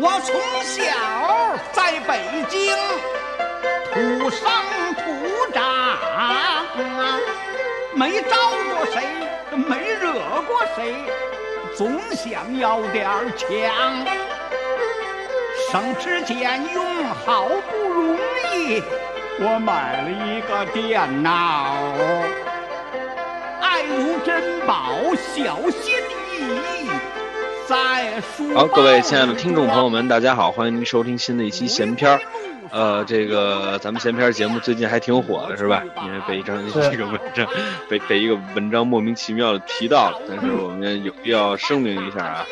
我从小在北京土生土长啊，没招过谁，没惹过谁，总想要点儿强。省吃俭用，好不容易我买了一个电脑，爱如珍宝，小心翼翼。在书好，各位亲爱的包里听众朋友装们，大家好，欢迎您收听新的一期闲篇儿。呃，这个咱们闲篇儿节目最近还挺火的，是吧？因为被一张是这个文章被被一个文章莫名其妙的提到了，但是我们有必要声明一下啊，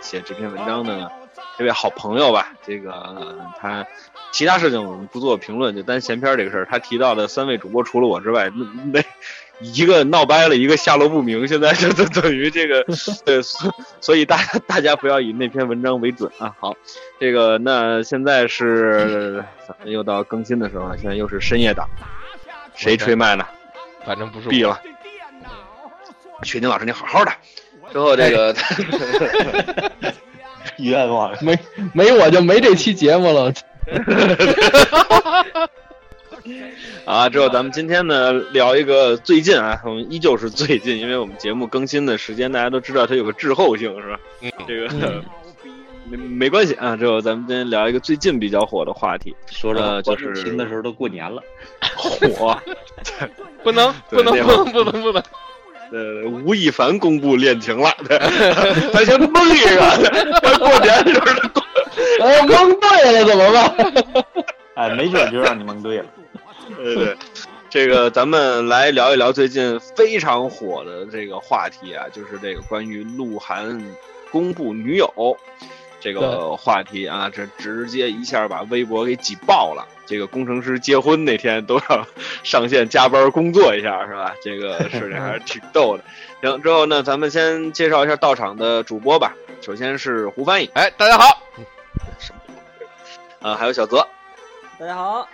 写这篇文章的这位好朋友吧，这个、呃他其他事情我们不做评论，就单闲篇儿这个事儿，他提到的三位主播除了我之外，那那 一个闹掰了，一个下落不明，现在就就等于这个，对，所所以大家大家不要以那篇文章为准啊。好，这个那现在是咱们又到更新的时候了，现在又是深夜档，谁吹麦呢？反正不是毙我。了！雪宁老师，你好好的。哎之后这个， 冤枉，没没我就没这期节目了。啊，之后咱们今天呢聊一个最近啊，我们依旧是最近，因为我们节目更新的时间大家都知道它有个滞后性是吧？嗯这个、嗯 没没关系啊，之后咱们今天聊一个最近比较火的话题，说着呃就我是听的时候都过年了，火。 不能对不能那不会儿能不能不能，呃，吴亦凡公布恋情了， 对咱先蒙一个，咱过年的时候 公哎，蒙对了怎么办？ 哎，没准就让你蒙对了。对对，这个咱们来聊一聊最近非常火的这个话题啊，就是这个关于鹿晗公布女友这个对话题啊，这直接一下把微博给挤爆了。这个工程师结婚那天都要上线加班工作一下，是吧？这个事情还是挺逗的。行，之后呢，咱们先介绍一下到场的主播吧。首先是胡翻译，哎，大家好，啊、还有小泽，大家好，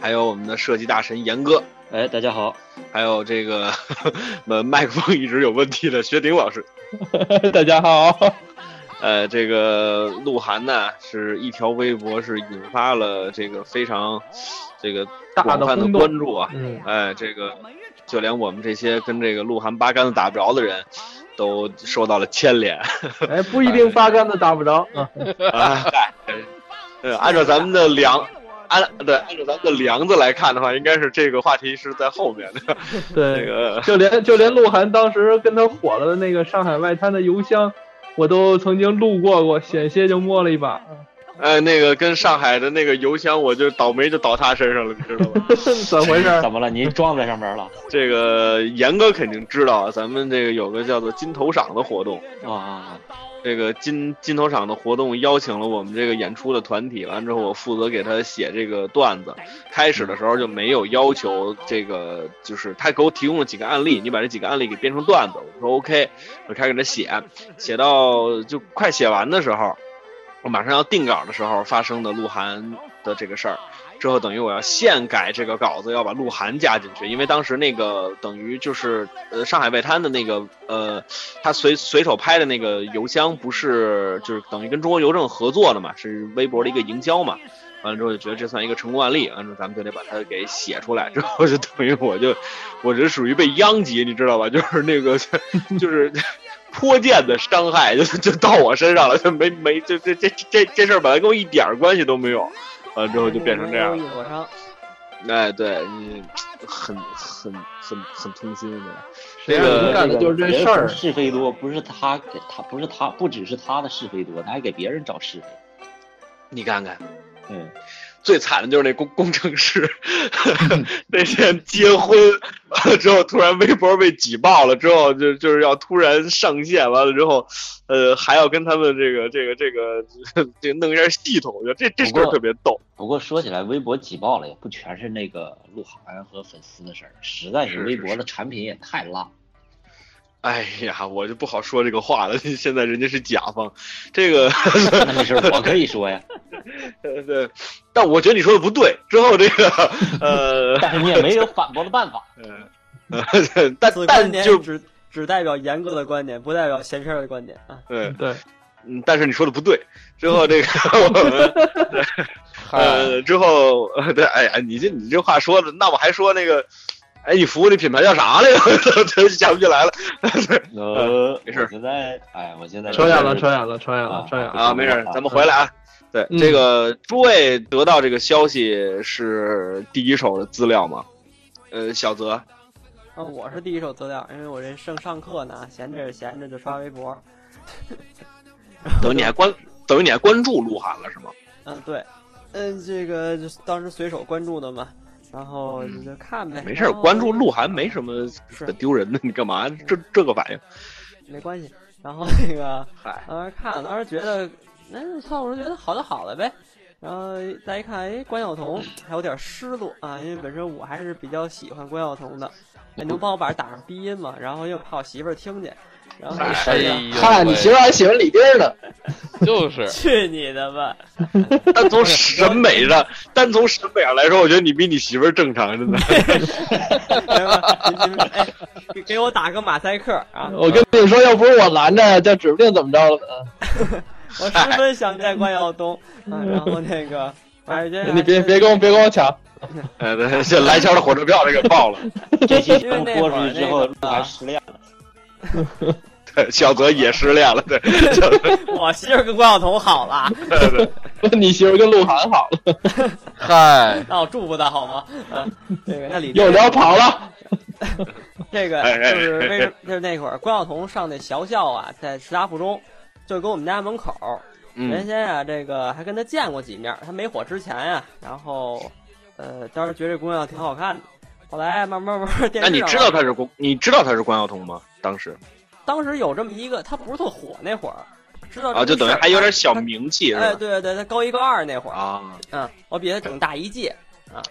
还有我们的设计大神严哥，哎，大家好，还有这个 呃麦克风一直有问题的薛鼎老师，大家好，呃，这个鹿晗呢是一条微博是引发了这个非常这个大的广泛的轰动关注啊，嗯，哎，这个就连我们这些跟这个鹿晗八竿子打不着的人都受到了 牵连哎，不一定八竿子打不着啊。啊。呃，按照咱们的梁，按对，按照咱们的梁子来看的话，应该是这个话题是在后面的这对，个。就连就连鹿晗当时跟他火了的那个上海外滩的邮箱，我都曾经路过过，险些就摸了一把。哎，那个跟上海的那个邮箱，我就倒霉就倒他身上了，你知道吗？怎么回事？ 怎么了？您撞在上面了？这个严哥肯定知道，咱们这个有个叫做金头赏的活动，啊啊这个金金头赏的活动邀请了我们这个演出的团体，完之后我负责给他写这个段子。开始的时候就没有要求这个，就是他给我提供了几个案例，你把这几个案例给编成段子，我说 OK，我开始给他写，写到就快写完的时候，我马上要定稿的时候发生的鹿晗的这个事儿。之后等于我要现改这个稿子，要把鹿晗加进去，因为当时那个等于就是呃上海外滩的那个呃，他随随手拍的那个邮箱不是就是等于跟中国邮政合作的嘛，是微博的一个营销嘛。完了之后就觉得这算一个成功案例，完了之后咱们就得把它给写出来。之后就等于我就我这属于被殃及，你知道吧？就是那个就是。泼溅的伤害就就到我身上了，就没没这这这这这事儿本来跟我一点儿关系都没有，完了之后就变成这样我了。有我上，哎，对你很很很很痛心的。谁让这你个干的就是这事别人儿？是非多，不是他给他，不是他，不只是他的是非多，他还给别人找是非。你看看，嗯，最惨的就是那工工程 师，那天结婚完了之后，突然微博被挤爆了，之后就就是要突然上线，完了之后，呃，还要跟他们这个这个这个这个弄一下系统，我觉得这这事儿不过特别逗。不过说起来，微博挤爆了，也不全是那个鹿晗和粉丝的事儿，实在是是是微博的产品也太烂了。哎呀，我就不好说这个话了， 现在人家是甲方，这个。那没事儿，我可以说呀，呃，对，但我觉得你说的不对。之后这个，呃， 但是你也没有反驳的办 法。呃，但 此观但点就只只代表严哥的观点，不代表闲篇儿的观点啊。对对，嗯，但是你说的不对。之后这个 我们嗨，呃之后呃对，哎哎，你这你这话说的，那我还说那个，哎，你服务那品牌叫啥来着？ 这想不起来了呃，没事我现在，哎，我现在扯远了，扯远了，扯远了啊，扯远了。啊，没事儿，咱们回来啊。对，这个诸位得到这个消息是第一手的资料吗？呃，小 泽，啊，我是第一手资料，因为我这正上课呢，闲着闲着就刷微博。等于你还关，等于你还关注鹿晗了是吗？嗯，对，嗯，这个就是当时随手关注的嘛，然后就就看呗。没事儿，然后关注鹿晗没什么是可丢人的，你干嘛这这个反 应？没关系。然后那个嗨，当时看，当时觉得，那操，我就觉得好就好了呗。然后再一看，哎，关晓彤还有点失落啊，因为本身我还是比较喜欢关晓彤的。哎，能帮我把这打上低音吗？然后又怕我媳妇儿听见。然后就哎是啊呦，看你媳妇儿还喜欢李丁儿呢，就是去你的吧！单从审美 上，单从审美上来说，我觉得你比你媳妇儿正常， 真的。哎，给给我打个马赛克啊！我跟你说，要不是我拦着，这指不定怎么着了。我十分想念关晓东，啊，然后那个，哎，这 你别别跟我别跟我抢，呃，对这来钱的火车票这个报了。这期节因为目那播会出儿去之那后，个鹿晗失恋了。对， 小泽也失恋了，对， 小泽我媳妇儿跟关晓彤好了，啊对对你媳妇儿跟鹿晗好了，嗨，那我祝福她好吗？啊，这个那李又聊跑了。这个哎哎就是为什么？就是那会儿关晓彤上那学校啊，在师大附中，就跟我们家门口，原嗯，先啊，这个还跟他见过几面儿，他没火之前啊，然后，呃，当时觉得这姑娘挺好看的，后来慢慢慢慢电那视你上知道他是关，你知道他是关晓彤吗？当时当时有这么一个，他不是特火那会儿，知道这啊，就等于事儿还有点小名气是哎，吧？对对对，他高一高二那会儿，啊，嗯，我比他整大一届，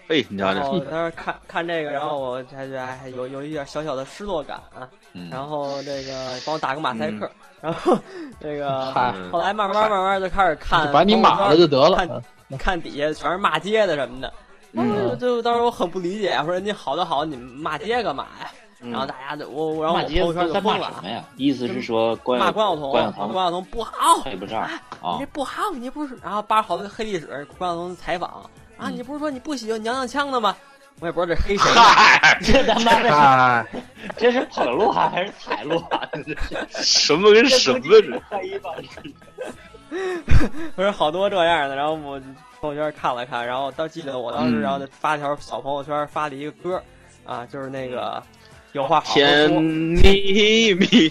嘿，你瞧然瞧，后当时看看这个，然后我才觉得哎，有有一点小小的失落感啊，嗯，然后这个帮我打个马赛克，然后这个嗨，嗯啊后来慢慢慢慢就开始看，把你呃码了就得了。看底下全是骂街的什么的。嗯嗯，就当时我很不理解，我说人家好就好，你们骂街干嘛呀？嗯然后大家就我我然后骂我朋街友圈就在骂疯了什啊么，呀？意思是说关骂关晓彤，彤，关关晓晓彤不好，配不 上你啊这，不好，你不是，然后扒好多黑历史，关晓彤采访啊，嗯你不是说你不喜欢娘娘腔的吗？我也不知道这黑谁呢， 嗨，这他妈的哎，这是捧鹿晗还是踩鹿晗？这 是什么跟什么这？怀疑吧？不是好多这样的，然后我朋友圈看了看，然后当记得我当时嗯然后就发条小朋友圈发了一个歌，啊，就是那个有话好好甜说，蜜蜜，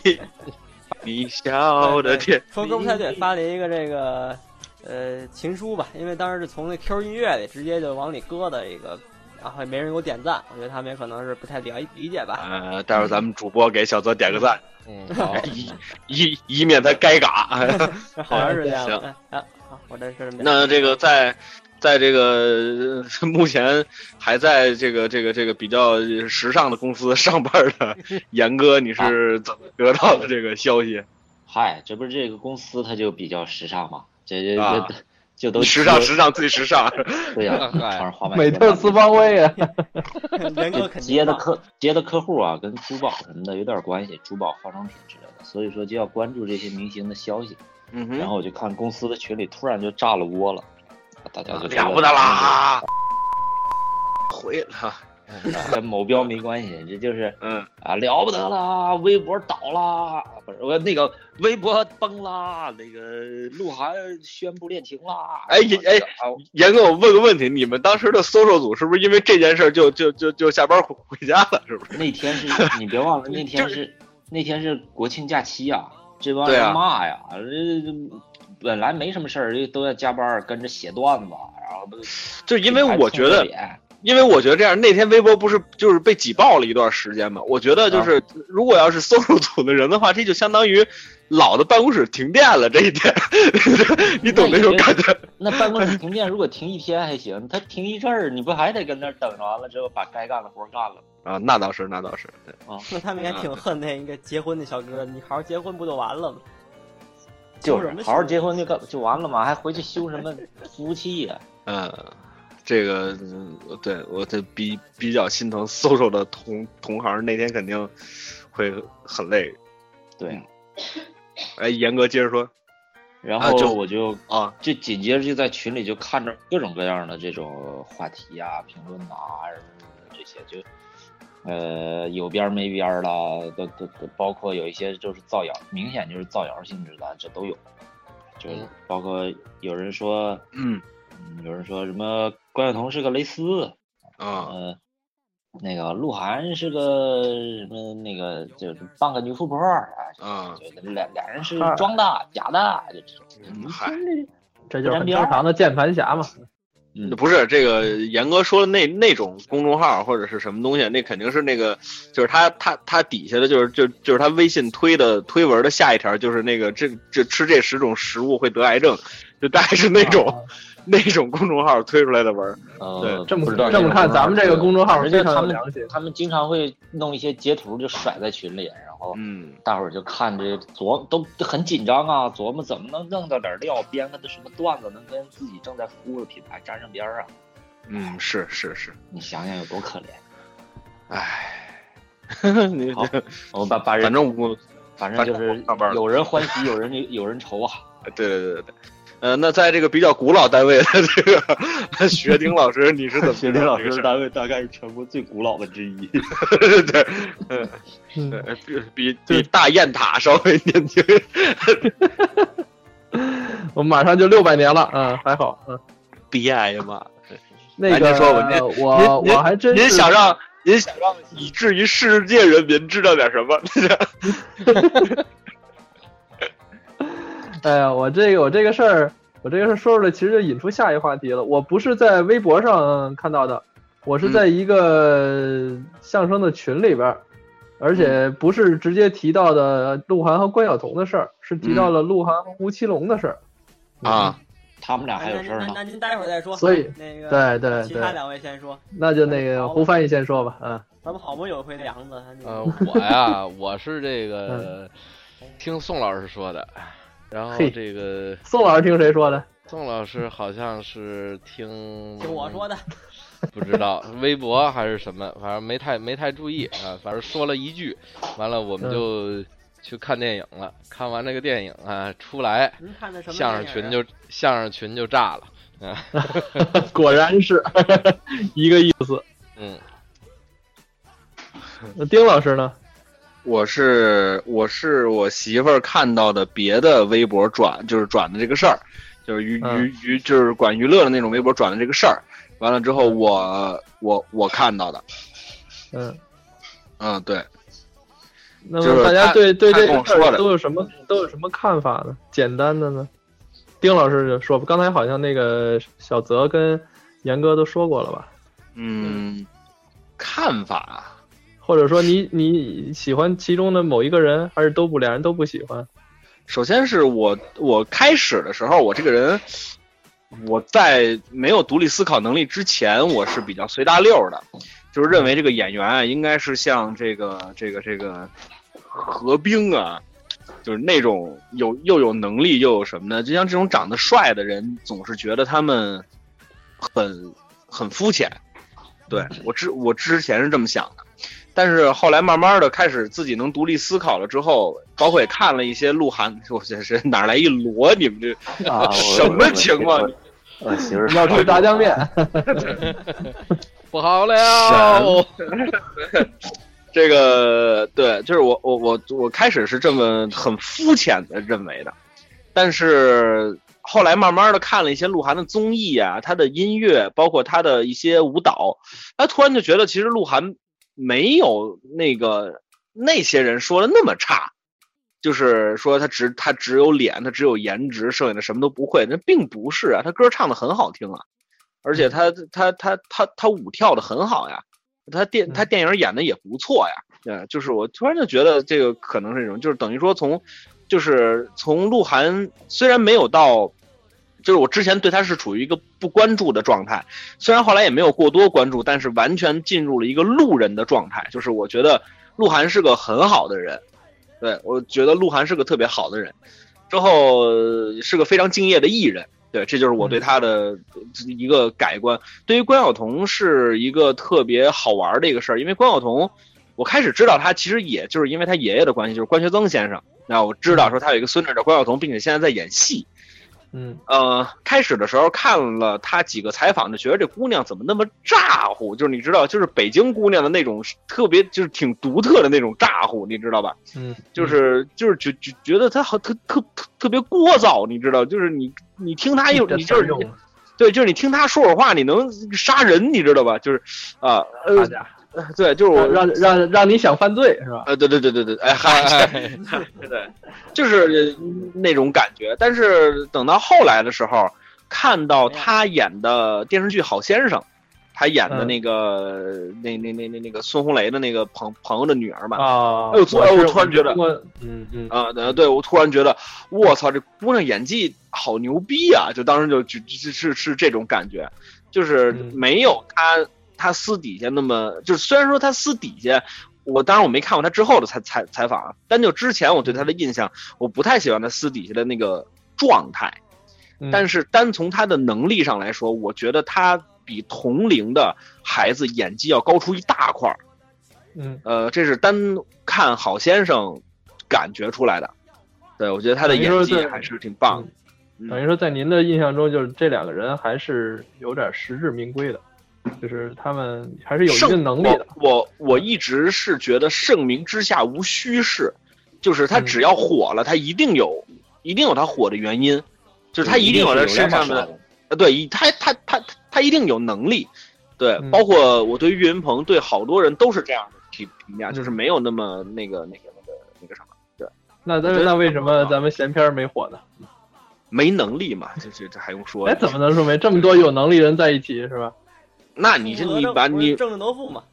你笑的甜，说歌不太对，发了一个这个呃情书吧，因为当时是从那 Q 音乐里直接就往里搁的一个，然后也没人给我点赞，我觉得他们也可能是不太理理解吧。呃，待会儿咱们主播给小泽点个赞，哎 嗯，好，以以以免他该嘎。 好像是这样行的。哎啊，好，我这是那这个在在这个呃目前还在这个这个这个比较时尚的公司上班的严哥，你是怎么得到的这个消息？嗨，这不是这个公司它就比较时尚嘛？这这啊这就都时尚啊贴时尚最时尚，对呀，嗨穿着滑板鞋美特斯邦威啊， 人哥肯定接的嘛客接的客户啊，跟珠宝什么的有点关系，珠宝、化妆品之类的，所以说就要关注这些明星的消息。嗯然哼，后我就看公司的群里突然就炸了窝了，大家就说啊了不啊得嗯 啦，回了，跟某标没关系，这就是嗯，啊了不得啦，微博倒啦，不是我那个微博崩啦，那个鹿晗宣布恋情啦，哎也哎啊严哥，我问个问题，你们当时的搜索组是不是因为这件事儿就就就就下班回回家了？是不是？那天是你别忘了，那天是那天是国庆假期呀、这帮对人啊骂呀，这这本来没什么事儿，都在加班儿跟着写段子，啊然后就因为我觉还蹭热得，点因为我觉得这样，那天微博不是就是被挤爆了一段时间嘛？我觉得就是，如果要是搜索组的人的话，这就相当于老的办公室停电了这一 天，你懂那种感觉？那办公室停电，如果停一天还行，他停一阵儿，你不还得跟那儿等着？完了之后把该干的活儿干了吗。啊，那倒是，那倒是，对那他们也挺恨那个结婚那小哥，你好好结婚不就完了吗？就是好好结婚就干就完了嘛，还回去修什么服务器啊 呀、嗯，这个嗯对我这比比较心疼搜索的同同行，那天肯定会很累。对，嗯哎，严哥接着说，然啊后就我就啊，就紧接着就在群里就看着各种各样的这种话题呀、评论呐、什么的这些，就呃有边儿没边儿啦，都都都包括有一些就是造谣，明显就是造谣性质的，这都有。就嗯包括有人说，嗯嗯有人说什么关晓彤是个蕾丝，啊，呃，那个鹿晗是个什么那个就是半个女富婆儿啊，啊就就俩俩人是装的假的，就这种。嗯嗨，这就是很正常的键盘侠嘛。嗯不是这个严哥说的那那种公众号或者是什么东西，那肯定是那个，就是他他他底下的就是就就是他微信推的推文的下一条就是那个这这吃这十种食物会得癌症，就大概是那种、那种公众号推出来的文儿。呃，啊这么不知道这么个看，公众咱们这个号公众号反非正就常他有们良心。他们经常会弄一些截图就甩在群里，然后嗯，大伙儿就看这琢都很紧张啊，琢磨怎么能弄到点料，编个的什么段子能跟自己正在服务的品牌沾上边儿啊？嗯，是是是，你想想有多可怜。唉，你好我把把 人反正我反正就是上班了有人欢喜，有人有人愁啊。对对对对对，呃，那在这个比较古老单位的这个学丁老师，你 是怎么 知道这个事儿？位大概是全国最古老的之一。对，嗯嗯，呃比比比大雁塔稍微 年轻。我们马上就六百年了，嗯，还好，嗯。别呀妈！那哎您个，说吧我您我还真您是想让您想让以至于世界人民知道点什么？ 哎呀，我这个我这个事儿，我这个事儿说出来，其实就引出下一话题了。我不是在微博上看到的，我是在一个相声的群里边儿，而且不是直接提到的鹿晗和关晓彤的事儿，是提到了鹿晗和吴奇隆的事儿。嗯啊，他们俩还有那事儿那呢，那您待会儿再说。所以那个对对其对他，两位先说，那就那个胡翻译先说吧，啊，咱们好不容易有一回梁子，你呃，我呀，我是这个嗯听宋老师说的，然后嘿这个宋老师听谁说的？宋老师好像是听 听我说的，的，不知道微博还是什么，反正没太没太注意啊，反正说了一句，完了我们就去看电影了，看完这个电影啊出来，您看的什么啊相声群就相声群就炸了， 果然是一个意思。嗯，那嗯丁老师呢？我是我是我媳妇儿看到的别的微博转就是转的这个事儿，就是娱嗯娱娱就是管娱乐的那种微博转的这个事儿。完了之后我我我看到的，嗯，嗯，对，那就么是大家他对对他这跟个我事说儿的都有什么都有什么看法呢？简单的呢，丁老师就说吧，刚才好像那个小泽跟严哥都说过了吧？嗯，看法啊或者说你你喜欢其中的某一个人，还是都不俩人都不喜欢？首先是我我开始的时候，我这个人，我在没有独立思考能力之前，我是比较随大溜儿的，就是认为这个演员啊，应该是像这个这个这个何冰啊，就是那种有又有能力又有什么呢？就像这种长得帅的人，总是觉得他们很很肤浅。对我之我之前是这么想的。但是后来慢慢的开始自己能独立思考了之后，包括也看了一些鹿晗，我这是哪来一摞？你们这啊什么情况？我媳妇要吃炸酱面，不好了，这个对，就是我我我我开始是这么很肤浅的认为的，但是后来慢慢的看了一些鹿晗的综艺啊，他的音乐，包括他的一些舞蹈，他突然就觉得其实鹿晗没有那个那些人说的那么差，就是说他只他只有脸，他只有颜值，剩下的什么都不会，那并不是啊，他歌唱的很好听啊，而且他他他他他舞跳的很好呀。他电他电影演的也不错呀，呃，就是我突然就觉得这个可能是一种，就是等于说从，就是从鹿晗虽然没有到，就是我之前对他是处于一个不关注的状态，虽然后来也没有过多关注，但是完全进入了一个路人的状态，就是我觉得鹿晗是个很好的人，对我觉得鹿晗是个特别好的人，之后呃是个非常敬业的艺人。对，这就是我对他的一个改观。对于关晓彤是一个特别好玩的一个事儿，因为关晓彤，我开始知道她其实也就是因为她爷爷的关系，就是关学增先生。那我知道说她有一个孙女叫关晓彤，并且现在在演戏，嗯呃，开始的时候看了她几个采访，就觉得这姑娘怎么那么咋呼？就是你知道，就是北京姑娘的那种特别，就是挺独特的那种咋呼，你知道吧？嗯，就是就是觉觉觉得她好特特特特别聒噪，你知道？就是你你听她有，这你就是词儿用的对，就是你听她说会儿话，你能杀人，你知道吧？就是啊、好家伙，呃，对，就是我让让让你想犯罪是吧？呃，对对对对对，哎嗨，对对， 就是那种感觉。但是等到后来的时候，看到他演的电视剧《好先生》，他演的那个、那那那那那个孙红雷的那个朋朋友的女儿嘛，啊，哎呦突然是我突然觉得我嗯嗯，啊，对对，我突然觉得，我操，这姑娘演技好牛逼啊！就当时就就就是是这种感觉，就是嗯没有她她私底下那么，就是虽然说她私底下，我当然我没看过她之后的采采采访啊，但就之前我对她的印象，我不太喜欢她私底下的那个状态，嗯但是单从她的能力上来说，我觉得她比同龄的孩子演技要高出一大块儿。嗯呃，这是单看好先生感觉出来的。对，我觉得他的等于演说技是还是挺棒的。等于说在您的印象中，就是这两个人还是有点实至名归的，就是他们还是有一盛定能力的。我我我一直是觉得盛名之下无虚事，就是他嗯只要火了，他一定有，一定有他火的原因，就是他一定有他身上的，呃，对，一他他他他他一定有能力。对，嗯包括我对岳云鹏，对好多人都是这样的评评价，嗯就是没有那么那个那个那个那个什么，那我觉那得那为什么咱们闲篇儿没火呢？没能力嘛，这这这还用说？哎，怎么？能说没这么多有能力人在一起是吧？那你这你把你正正能负嘛，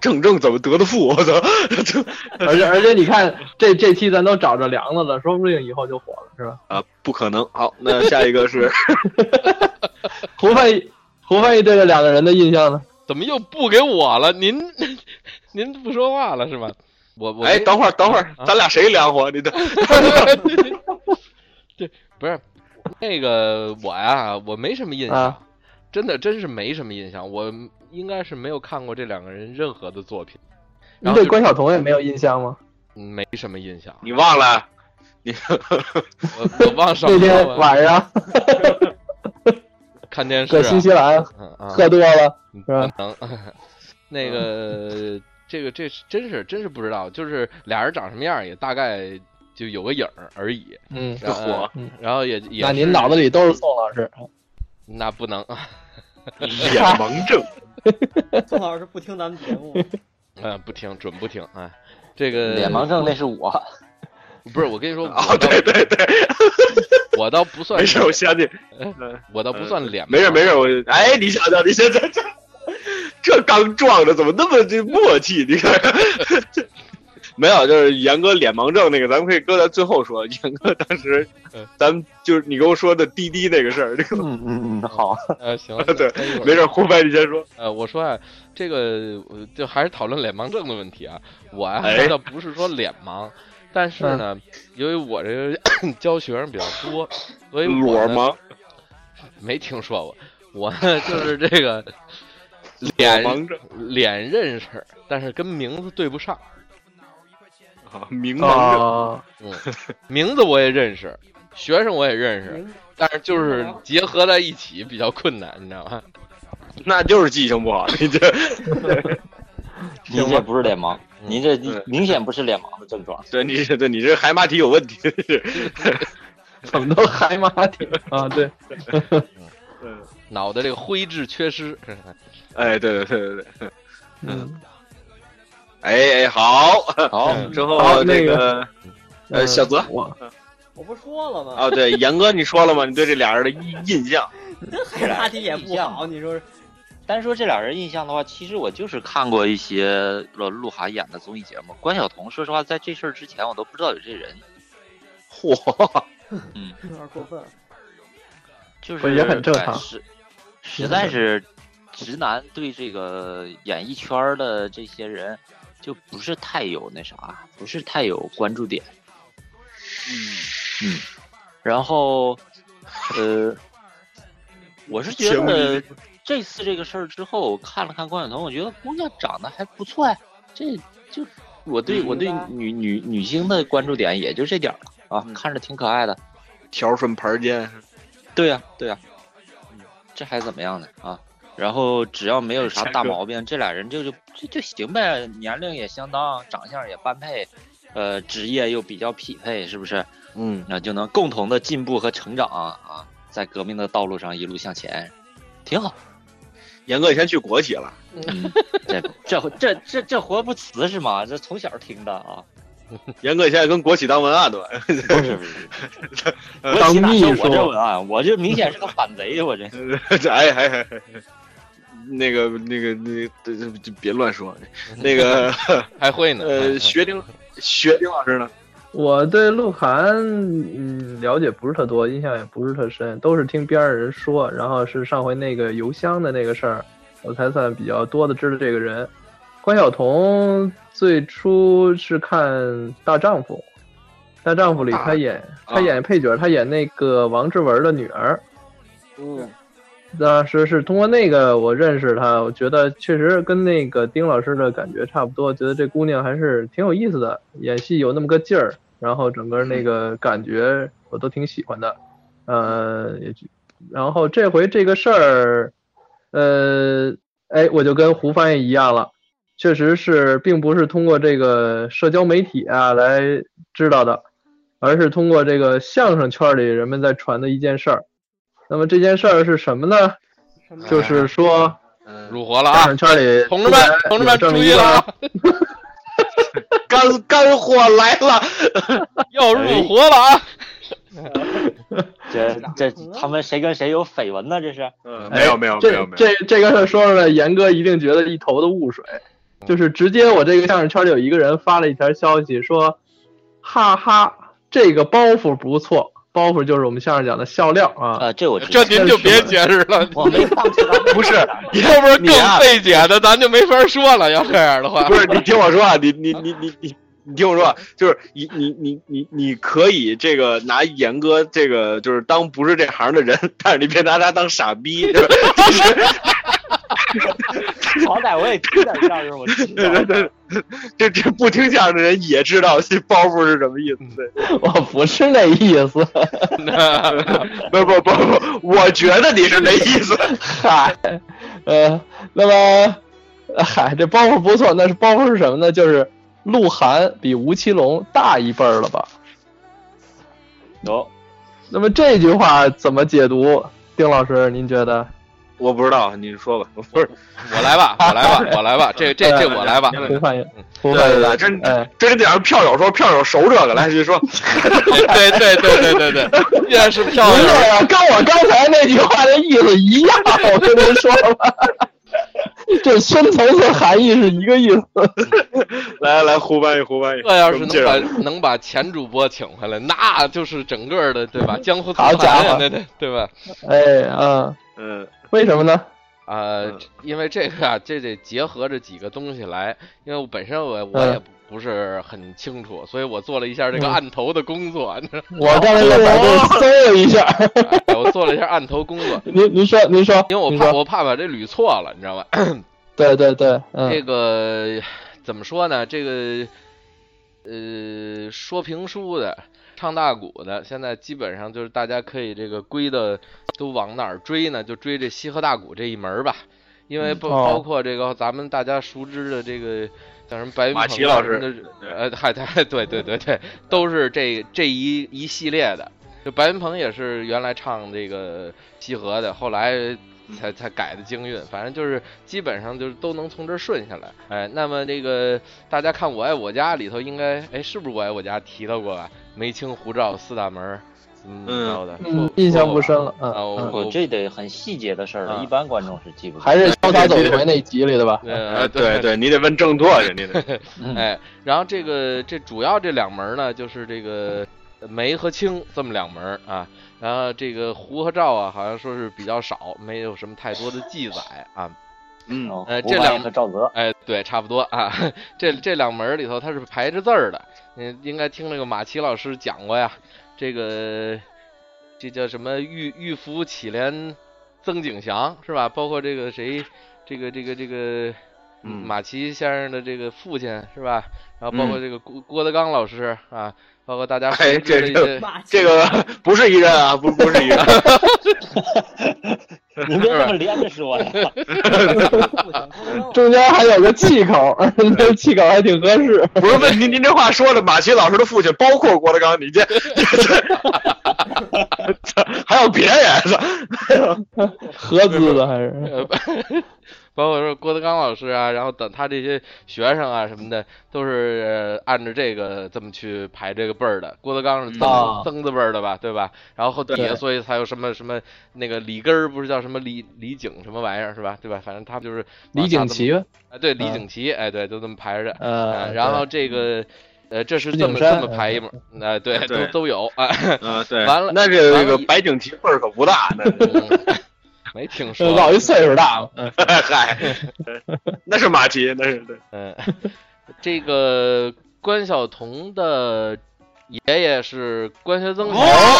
正正怎么得的富？我操！而且而且你看这这期咱都找着梁子了，说不定以后就火了是吧？ 啊，不可能。好，那下一个是胡翻译，胡翻译对这两个人的印象呢？怎么又不给我了？您 您不说话了是吗？ 我我哎，等会儿，等会儿，啊咱俩谁凉活？你的 这不是那个我呀，我没什么印象，啊真的真是没什么印象。我应该是没有看过这两个人任何的作品，您然后对就关晓彤也没有印象吗？没什么印象。你忘了？你我我忘什那么天了？晚上看电视、搁啊，新西兰嗯啊，喝多了，是吧可能那个这个这是真是真是不知道，就是俩人长什么样儿也大概就有个影儿而已。嗯，然后火，然后也也那您是脑子里都是宋老师，那不能 啊，眼盲症。宋老师不听咱们节目，嗯，不听准不听啊。哎这呃个脸盲症那是我，不是我跟你说，我 哦，倒对对对，我倒不算没事，我想起，我倒不算脸盲，呃没事没事，我哎，你想想，你现在这 这刚撞的，怎么那么这默契？你看。 没有，就是严哥脸盲症那个，咱们可以搁在最后说。 严哥当时嗯，咱们就是你跟我说的滴滴那个事儿，这个嗯嗯嗯，好，呃，行， 对那一会儿没事，胡白你先说。呃，我说啊，这个呃就还是讨论脸盲症的问题啊。我啊哎，倒不是说脸盲，但是呢，由于我这个 教学生比较多，所以我裸呢盲，没听说过。我呢就是 这个脸脸盲症脸认识，但是跟名字对不上。啊，明盲症。啊， 嗯，名字我也认识，学生我也认识，但是就是结合在一起比较困难，你知道吗？ 那就是记性不好，你这您这不是脸盲，嗯您这嗯明显不是脸盲的症状。对你这对你这海马体有问题。怎么都海马 挺啊？对，脑袋这个灰质缺失。哎，对对对对对，嗯，哎哎好，好，嗯之后好这那个呃小泽我我不说了吗？啊，对严哥你说了吗？你对这俩人的印印象海拉提也啊不好，你说是？单说这俩人印象的话，其实我就是看过一些陆鹿晗演的综艺节目。关晓彤，说实话，在这事儿之前我都不知道有这人，嚯， 有点过分。就是不也很正常哎实实在是直男对这个演艺圈儿的这些人就不是太有那啥，不是太有关注点。嗯嗯，然后呃，我是觉节目得这次这个事儿之后，我看了看关晓彤，我觉得姑娘长得还不错呀，这就我对我对明白女女女星的关注点也就这点儿了啊，嗯看着挺可爱的。条顺盘尖，对呀、对呀、这还怎么样呢啊？然后只要没有啥大毛病，这俩人就就就就行呗，年龄也相当，长相也般配，呃，职业又比较匹配，是不是？嗯，那就能共同的进步和成长啊，在革命的道路上一路向前，挺好。严哥以前去国企了，嗯，这这这这这活不辞是吗？这从小听的啊，严哥以前也跟国企当文案的， 不是不是，呃我当起码秘是我书这文案，我这明显是个反贼，我这。这哎哎哎，哎那个那个那这这这别乱说，那个还会呢。呃，嗯学丁学丁老师呢？我对鹿晗嗯了解不是特多，印象也不是特深，都是听边上人说，然后是上回那个邮箱的那个事儿，我才算比较多的知道这个人。关晓彤最初是看《大丈夫》，《大丈夫》里他演他演配角，他演那个王志文的女儿。嗯，当时是通过那个我认识她，我觉得确实跟那个丁老师的感觉差不多，觉得这姑娘还是挺有意思的，演戏有那么个劲儿，然后整个嗯那个感觉我都挺喜欢的，呃，也就然后这回这个事儿，呃，哎，我就跟胡翻译一样了，确实是并不是通过这个社交媒体啊来知道的，而是通过这个相声圈里人们在传的一件事儿。那么这件事儿是什么呢？什么就是说，嗯，入伙了相啊声，圈里同志们，同志们注意了，啊，干干货来了，要入伙了啊！这这他们谁跟谁有绯闻呢？这是嗯，没有没有没有这没有，这这个事儿说出来，严哥一定觉得一头的雾水。就是直接我这个相声圈里有一个人发了一条消息说，哈哈，这个包袱不错，包袱就是我们相声讲的笑料啊。啊，这我知这道您就别解释了， 我没放弃他，不是要不然你啊更费解的，咱就没法说了。要这样的话 不，是，你听我说啊，你你你你你你听我说，啊，就是你你你你你可以这个拿严哥这个就是当不是这行的人，但是你别拿他当傻逼，就是好歹我也听点相声，我知道对对这这不听相声的人也知道这包袱是什么意思。对，我不是那意思，不不不不，我觉得你是那意思。 嗨，呃，那么，嗨，这包袱不错，那是包袱是什么呢？就是鹿晗比吴奇隆大一辈儿了吧？有那么这句话怎么解读？丁老师，您觉得？我不知道，你说吧，我不是。我来吧，我来吧，我来吧，这这这我来吧。胡翻译，胡对翻对译，对，真哎，真是得让票友说，票友熟这个，来就 说，对对对对对对，依然是漂不是亮。啊，跟我刚才那句话的意思一样，我跟您说吧，这深层次含义是一个意思。来来胡翻译胡翻译。这要是给能我们把能把前主播请回来，那就是整个的，对吧？江湖好词家牌呀伙对对对吧？哎啊，介绍嗯为什么呢？呃嗯，因为这个啊，这得结合着几个东西来，因为我本身我我嗯也不不是很清楚，所以我做了一下这个嗯案头的工作，你知道我刚才在百度搜了一下，吧？ 哎我做了一下案头工作，您您说您说，因为我您怕说，我怕把这捋错了，你知道吧？对对对，嗯这个怎么说呢？这个呃，说评书的、唱大鼓的，现在基本上就是大家可以这个归的都往哪儿追呢？就追这西河大鼓这一门儿吧，因为包、哦包括这个咱们大家熟知的这个像什么白云马鹏奇啊老什么师的，呃，还还对对对对，都是这这一一系列的。就白云鹏也是原来唱这个西河的，后来才才改的京韵，反正就是基本上就是都能从这儿顺下来。哎，那么这个大家看《我爱我家》里头应该，哎，是不是《我爱我家》提到过吧？梅清、胡照四大门儿，嗯，嗯知道的，嗯，印象不深了。了，嗯啊我嗯。我嗯这得很细节的事儿啊了，一般观众是记不住。还是潇洒走一回那集里的吧？呃，哎对对，你得问郑拓去，你 得。嗯哎，然后这个这主要这两门儿呢，就是这个梅和青这么两门儿啊，然后这个胡和赵啊，好像说是比较少，没有什么太多的记载啊。嗯，哦哎胡这八一两和赵泽，哎，对，差不多啊。 这这两门儿里头，它是排着字儿的。嗯，应该听那个马奇老师讲过呀。这个这叫什么？玉玉福乞怜曾景祥是吧？包括这个谁，这个这个这个嗯马奇先生的这个父亲是吧？然后包括这个郭郭德纲老师啊，包括大家哎熟知的一这些，马这个不是一人啊，不不是一人， 你别这么连着说呀，中间还有个气口，那气口还挺合适。 不是问您您这话说的，马奇老师的父亲包括郭德纲，你这， 还有别人，合资的还是呃， 包括说郭德纲老师啊，然后等他这些学生啊什么的，都是、呃按照这个这么去排这个辈儿的。郭德纲是啊曾曾子辈儿的吧，对吧？然后后底下所以才有什么什么那个李根儿，不是叫什么李李景什么玩意儿是吧？对吧？反正他们就是李景琦吧？啊，对李啊景琦，哎，对，都这么排着。呃啊，，然后这个呃，这是石这景么山嗯这么排一嘛？啊，对，都对都有 啊。嗯，对，完了那这完个这个了白景琦辈儿可不大，那嗯 没听对说，老一岁数大嘛，嗯 嗨，那是马奇，那是对，嗯，这个关晓彤的爷爷是关学增先生，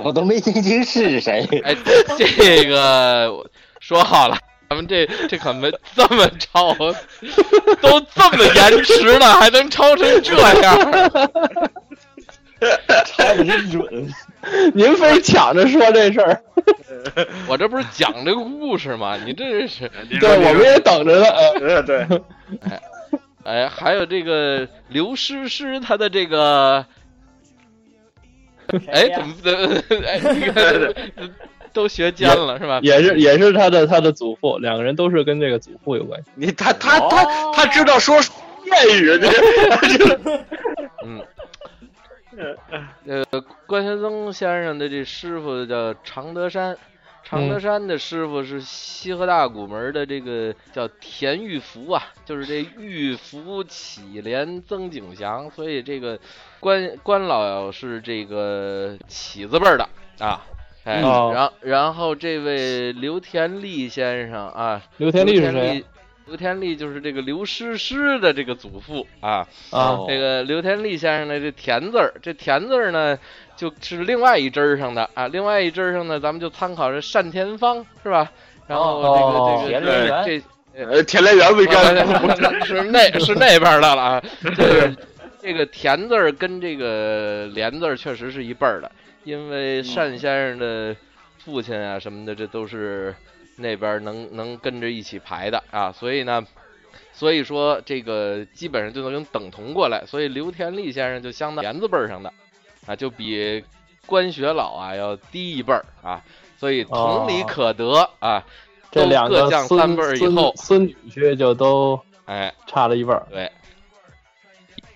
我都没听清是谁。 哎，这个我说好了。咱们这这可没这么超，都这么延迟了，还能超成这样？猜的真准，您非抢着说这事儿，我这不是讲这个故事吗？你这是您说对，我们也等着呢。呃呃对，哎，还有这个刘诗诗，她的这个哎怎么怎么哎你看都学尖了是吧？也是也是他的他的祖父，两个人都是跟这个祖父有关系。你他他哦他他知道说粤语，你嗯，呃，关学增先生的这师傅叫常德山，常德山的师傅是西河大鼓门的这个叫田玉福啊，就是这玉福启联曾景祥，所以这个关关老是这个启字辈儿的啊。哎，哦然然后这位刘田利先生啊，刘天利是谁利？刘天利就是这个刘诗诗的这个祖父啊，哦啊？这个刘天利先生的这田字儿，这田字儿呢，就是另外一支儿上的啊，另外一支儿上呢，咱们就参考这单田芳是吧？然后这个、哦这田个连这元这呃， 田 连元未 哎干，是呃那是那边儿的了啊，就是这个田字儿跟这个连字儿确实是一辈儿的，因为嗯单先生的父亲啊什么的，这都是那边儿能能跟着一起排的啊，所以呢，所以说这个基本上就能等同过来，所以刘田利先生就相当田字辈儿上的啊，就比关学老啊要低一辈儿啊，所以同理哦可得、啊，这都两各个降三孙辈儿以孙后，孙女婿就都哎，差了一辈儿。对。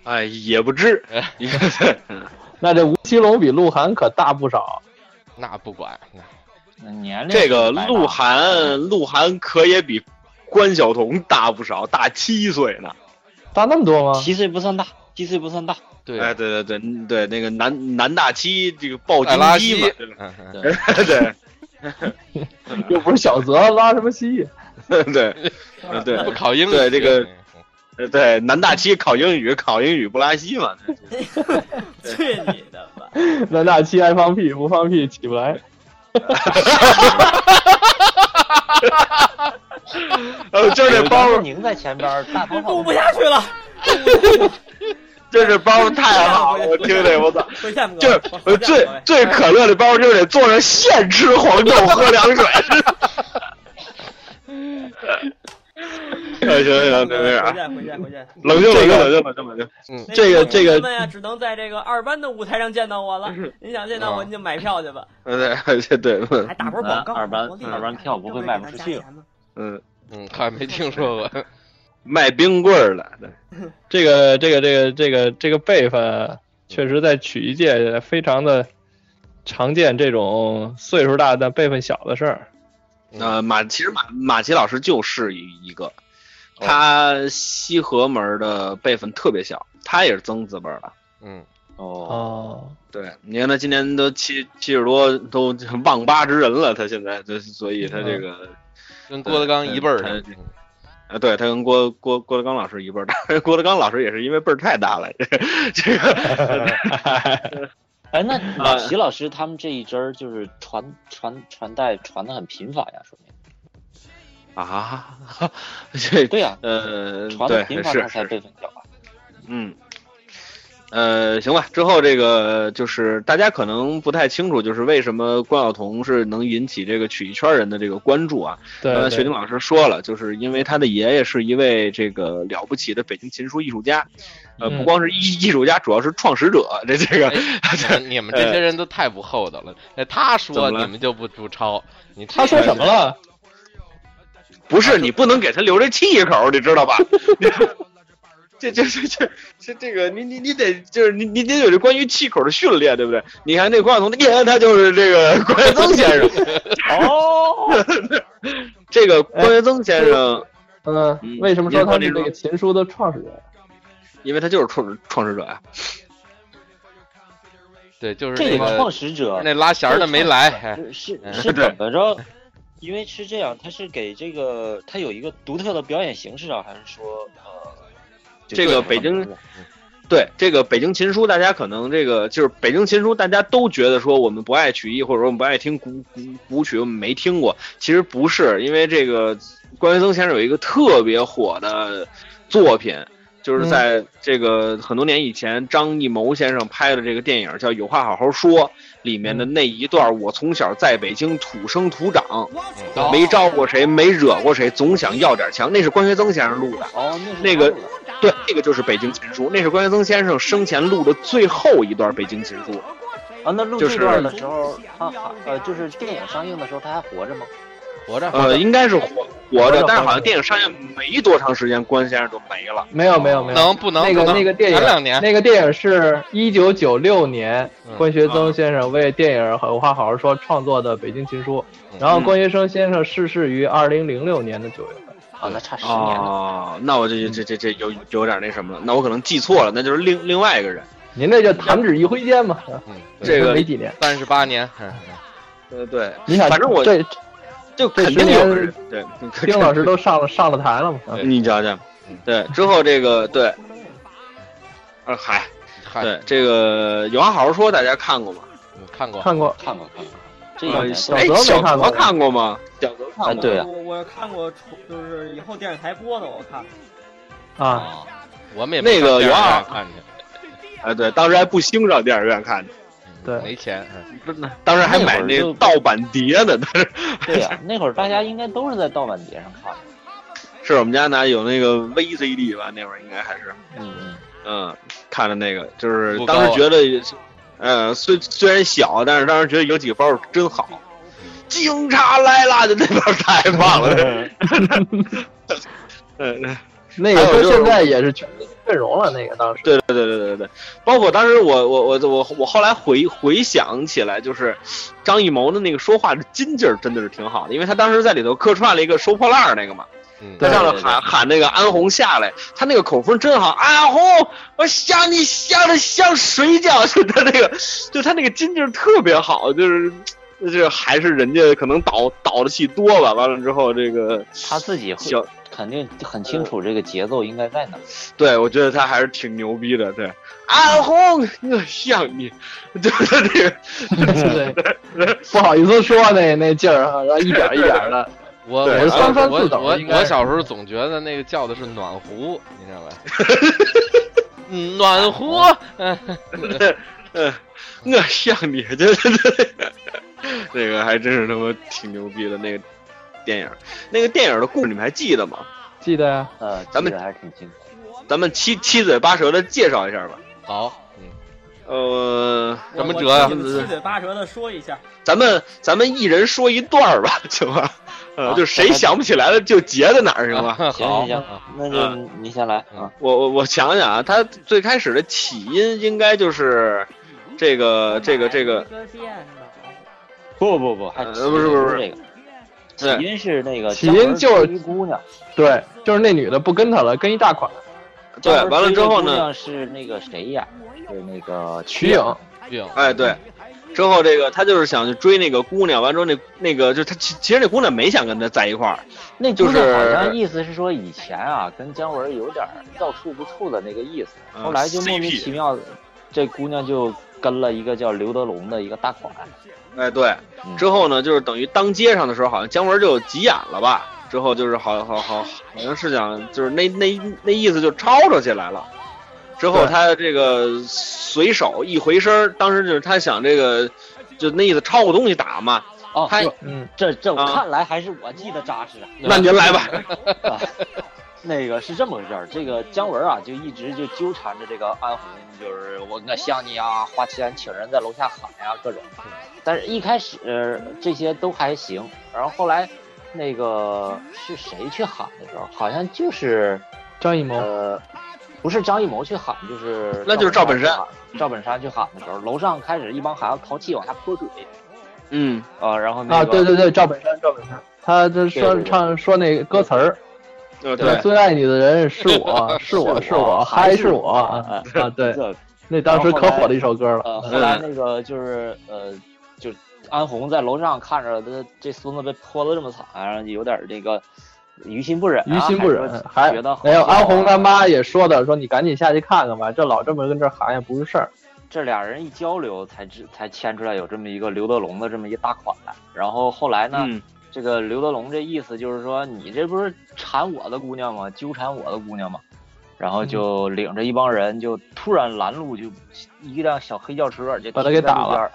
哎，也不知，那这吴奇隆比鹿晗可大不少。那不管，那年龄 这个白吧鹿晗，鹿晗可也比关晓彤大不少，大七岁呢。大那么多吗？七岁不算大，七岁不算大，对，啊哎，对对对嗯对，那个南南大七这个抱艾拉金鸡嘛西，嗯嗯对 又不是小泽拉什么西？对对呃对不考英语，对这个呃对，南大七考英语，考英语不拉稀嘛。 去你的吧！那那七爱放屁，不放屁起不来。呃，就 这包，宁在前边儿，大头 录不下去 了，就这包太 好哎 了，我听 着我操。回见哥，就是回呃最见各位最可乐的包，就是得坐着现吃黄豆喝凉 水。哎行行行，没事回啊，见回见回见。冷静冷静冷静冷静冷静。这个这个那同学们呀，只能在这个二班的舞台上见到我了。你想见到我，啊你就买票去吧，嗯，对对，嗯还打波广告。二班多厉害二班票不会卖不出去。嗯，嗯，好像没听说 过，卖冰棍儿的，这对个这个这个这个这个辈分，确实在曲艺界非常的常见这种岁数大但辈分小的事儿。嗯呃，马其实马马奇老师就是一一个，哦他西河门儿的辈分特别小，他也是曾子辈儿的。嗯，哦，哦，对，你看他今年都七七十多，都忘八之人了。他现在，这所以他这个跟郭德纲一辈儿的嗯，啊，对他跟郭郭郭德纲老师一辈儿大， 郭德纲老师也是因为辈儿太大了，这个哎，那啊马奇老师他们这一支儿就是传传传代传的很频繁呀，说明啊， 这对呀、呃，传对，的频繁，是他才是，辈分小啊。嗯，呃，行吧，之后这个就是大家可能不太清楚，就是为什么关晓彤是能引起这个曲艺圈人的这个关注啊？对刚才对雪丁老师说了，就是因为他的爷爷是一位这个了不起的北京琴书艺术家，呃，嗯不光是艺艺术家，主要是创始者。这这个，你哎们嗯你们这些人都太不厚道了。哎他怎说么了你们就不不抄，你他说什么了？ 不是你不能给他留这气口，你 知道吧？ 这这这这这这个，你你你得就是你你得有这关于气口的训练，对不对？你看那关晓彤的爷爷，他就是这个 关岳增先生。哦， 这个关哎岳增先生，嗯嗯，为什么你说说他这是种那个琴书的创始人？因为他就是创始创始者呀、对，就是这那个创个始者那拉弦儿的没来，哎是是嗯是对怎么着？因为是这样，他是给这个他有一个独特的表演形式啊，还是说呃，就这个北京对这个北京琴书，大家可能这个就是北京琴书，大家都觉得说我们不爱曲艺，或者说我们不爱听古古古曲，我们没听过。其实不是，因为这个关云增先生有一个特别火的作品，就是在这个很多年以前，张艺谋先生拍的这个电影叫《有话好好说》里面的那一段，我从小在北京土生土长，哦没招过谁，没惹过谁，总想要点强。那是关学增先生录的。哦，那是那个对，那个就是北京琴书，那是关云增先生生前录的最后一段北京琴书。啊，那录就这是段的时候，他还呃，就是电影上映的时候，他还活着吗？活着。呃，应该是活活活着着，但是好活像着电影上映没多长时间，关先生就没了。没有没有没有，能不能那不个能那个电影前两年那个电影是一九九六年嗯关学增先生为电影《有话好好说》创作的《北京琴书》，嗯然后关学生先生逝世于二零零六年的九月份。啊，那差十年了。哦，那我这这这这有有点那什么了，那我可能记错了，那就是另另外一个人。您那叫弹指一挥间嘛，啊嗯这个 没几年。嗯三十八年，嗯呃，对，你想，反正我这就这肯十定有年个人。对，丁老师都上了上了台了嘛。啊对你瞧瞧，对，之后这个对，呃，嗨，嗨，对这个有话好好说，大家看过吗？嗯看过，看过，看过看过，这呃个哎哎，小泽小没看过泽看过吗？小泽看过啊，吗。对啊，我我看过出，就是以后电视台播的，我看。哦啊，啊，我们也那没个上有电影啊院看去， 哎，对，当时还不兴上电影院看的，嗯对没钱，嗯当时还买那个盗版碟呢。当时 对呀，那会儿大家应该都是在盗版碟上看的。是我们家那有那个 VCD 吧，那会儿应该还是，嗯嗯。嗯，看的那个，就是不高当啊时觉得，呃，虽虽然小，但是当时觉得有几包真好。嗯警察来啦！就那边太棒 了。 嗯，那个还有说就是现在也是全新阵容了，那个当时。对对对对对对对，包括当时我我我我我后来回回想起来，就是张艺谋的那个说话的筋劲儿真的是挺好的，因为他当时在里头客串了一个收破烂儿那个嘛，嗯，他对上来喊喊那个安红下来，他那个口风真好，安红，我想你想的像水饺， 就他那个，就他那个筋劲儿特别好，就是。就是还是人家可能导导的戏多吧，完了之后这个他自己会小肯定很清楚这个节奏应该在哪儿。对，我觉得他还是挺牛逼的。对，安红，我想你，就是这个， 对，不好意思说那那劲儿啊，然后一点儿一点 儿的，我对我三番四我抖我应该我是小时候总觉得那个叫的是暖壶，你知道吧？ 嗯暖壶，嗯，呃，我像你，这这这，那个还真是他妈挺牛逼的那个电影，那个电影的故事你们还记得吗？记得呀。呃，咱们记得还是挺清楚。咱们七七嘴八舌的介绍一下吧。好，嗯，呃，我怎么折呀我听你们七嘴八舌的说一下，咱们咱们一人说一段儿吧，行吧？呃，啊就谁想不起来了就截在哪儿，行吧？嗯好，行行行，那就你先来啊。我我我想想啊，他最开始的起因应该就是这个呃这个这个，不不不，还呃起不是不是因不不是这个，对起因是那个起姜文因就是追姑娘，对，就是那女的不跟他了，跟一大款对姜文完了之追后姑呢娘是那个谁演？是那个瞿颖，病，哎，对，之后这个他就是想去追那个姑娘，完之后那那个就他其其实那姑娘没想跟他在一块儿，那就姑娘好是像意思是说以前啊跟姜文有点儿要处不处的那个意思，嗯后来就莫名 CP 其妙，这姑娘就跟了一个叫刘德龙的一个大款。哎，对，嗯之后呢，就是等于当街上的时候，好像姜文就急眼了吧？之后就是好好好，好像是讲就是那那那意思就吵吵起来了。之后对他这个随手一回身儿，当时就是他想这个，就那意思抄我东西打嘛。哦，他嗯，这这我啊看来还是我记得扎实啊。那您 来吧，啊，那个是这么回事儿，这个姜文啊，就一直就纠缠着这个安红，就是我我想你啊，花钱请人在楼下喊呀、各种。但是一开始、呃这些都还行，然后后来那个是谁去喊的时候，好像就是张艺谋，呃，不是张艺谋去喊，就是那就是赵本山去喊，赵本山去喊的时候，楼上开始一帮孩子淘气往下泼水嗯，啊，然后那啊，个对对对，赵本山，赵本山，他这对说对对唱说那个歌词儿，呃那对，最爱你的人是 我，是我，是是我我，还还是是我我啊啊！ 对，这那当时可火的一首歌了。嗯呃，后来那个就是呃，就安红在楼上看着他这孙子被泼的这么惨，然后有点这个于心不忍、啊，于心不忍，还还是觉得啊没有安红他妈也说的，说你赶紧下去看看吧，这老这么跟这喊也不是事儿。这俩人一交流才知才牵出来有这么一个刘德龙的这么一大款来。然后后来呢，嗯，这个刘德龙这意思就是说，你这不是缠我的姑娘吗？纠缠我的姑娘吗？然后就嗯领着一帮人，就突然拦路，就一辆小黑轿车就把他给打了停在路边儿，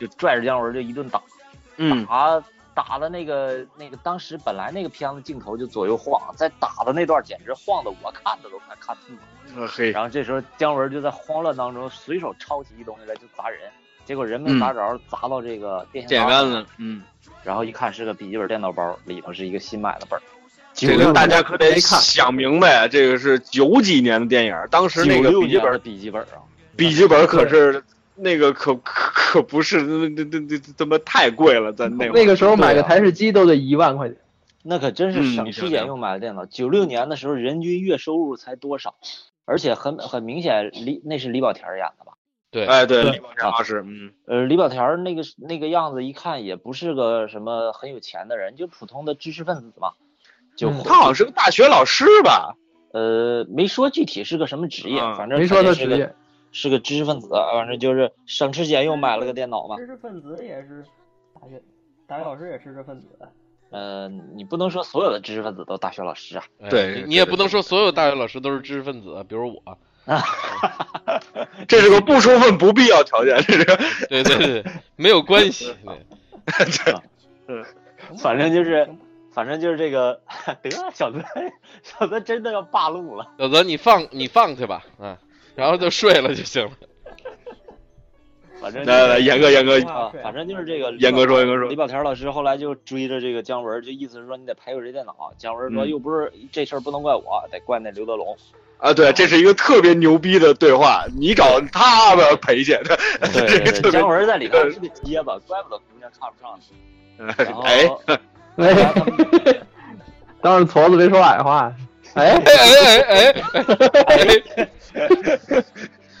就拽着姜文就一顿打，嗯，打打的那个那个，当时本来那个片子镜头就左右晃，在打的那段简直晃的我看的都快看吐了。呃嘿，然后这时候姜文就在慌乱当中随手抄起一东西来就砸人，结果人没砸着，砸到这个电线电杆杆上子，嗯，然后一看是个笔记本电脑包，里头是一个新买的本儿。这个大家可得没看想明白，这个是九几年的电影，当时那个96笔记年本的笔记本啊，笔记本可是那个可可可不是那那那那他妈太贵了，咱那会那儿个时候买对个啊台式机都得一万 块钱，那可真是嗯省你吃想俭想用买的电脑。九六年的时候，人均月收入才多少？而且很很明显，李那是李保田演的吧？对，哎对，对李宝山老师，嗯，呃，李保田那个那个样子，一看也不是个什么很有钱的人，就普通的知识分子嘛。就嗯他好像是个大学老师吧？呃，没说具体是个什么职业，嗯反正没肯说定他是职个业，是个知识分子，啊反正就是省吃俭用买了个电啊脑嘛。知识分子也是大学大学老师也是知识分子，啊呃，你不能说所有的知识分子都大学老师啊。哎对你对你也对不能说所有大学老师都是知识分子，比如我。啊 这是个不充分不必要条件，这是个对对对，没有关 系。对反正就是，反正就是这个，得小泽，小泽真的要霸路了。小泽，你放你放去吧，啊，然后就睡了就行了。反正就来来来，是严哥严哥，啊，反正就是这个严哥说严哥说李保田老师后来就追着这个姜文，就意思是说你得赔我这电脑。姜文说嗯又不是这事儿不能怪我，得怪那刘 德龙。啊，对，这是一个特别牛逼的对话，你找他的赔去，对这对个特对，别 姜文在里头是个结巴，怪不得姑娘看不上你。然 后哎，哎然后他们当着矬子没说矮 话。哎， 哎哎哎哎 哎，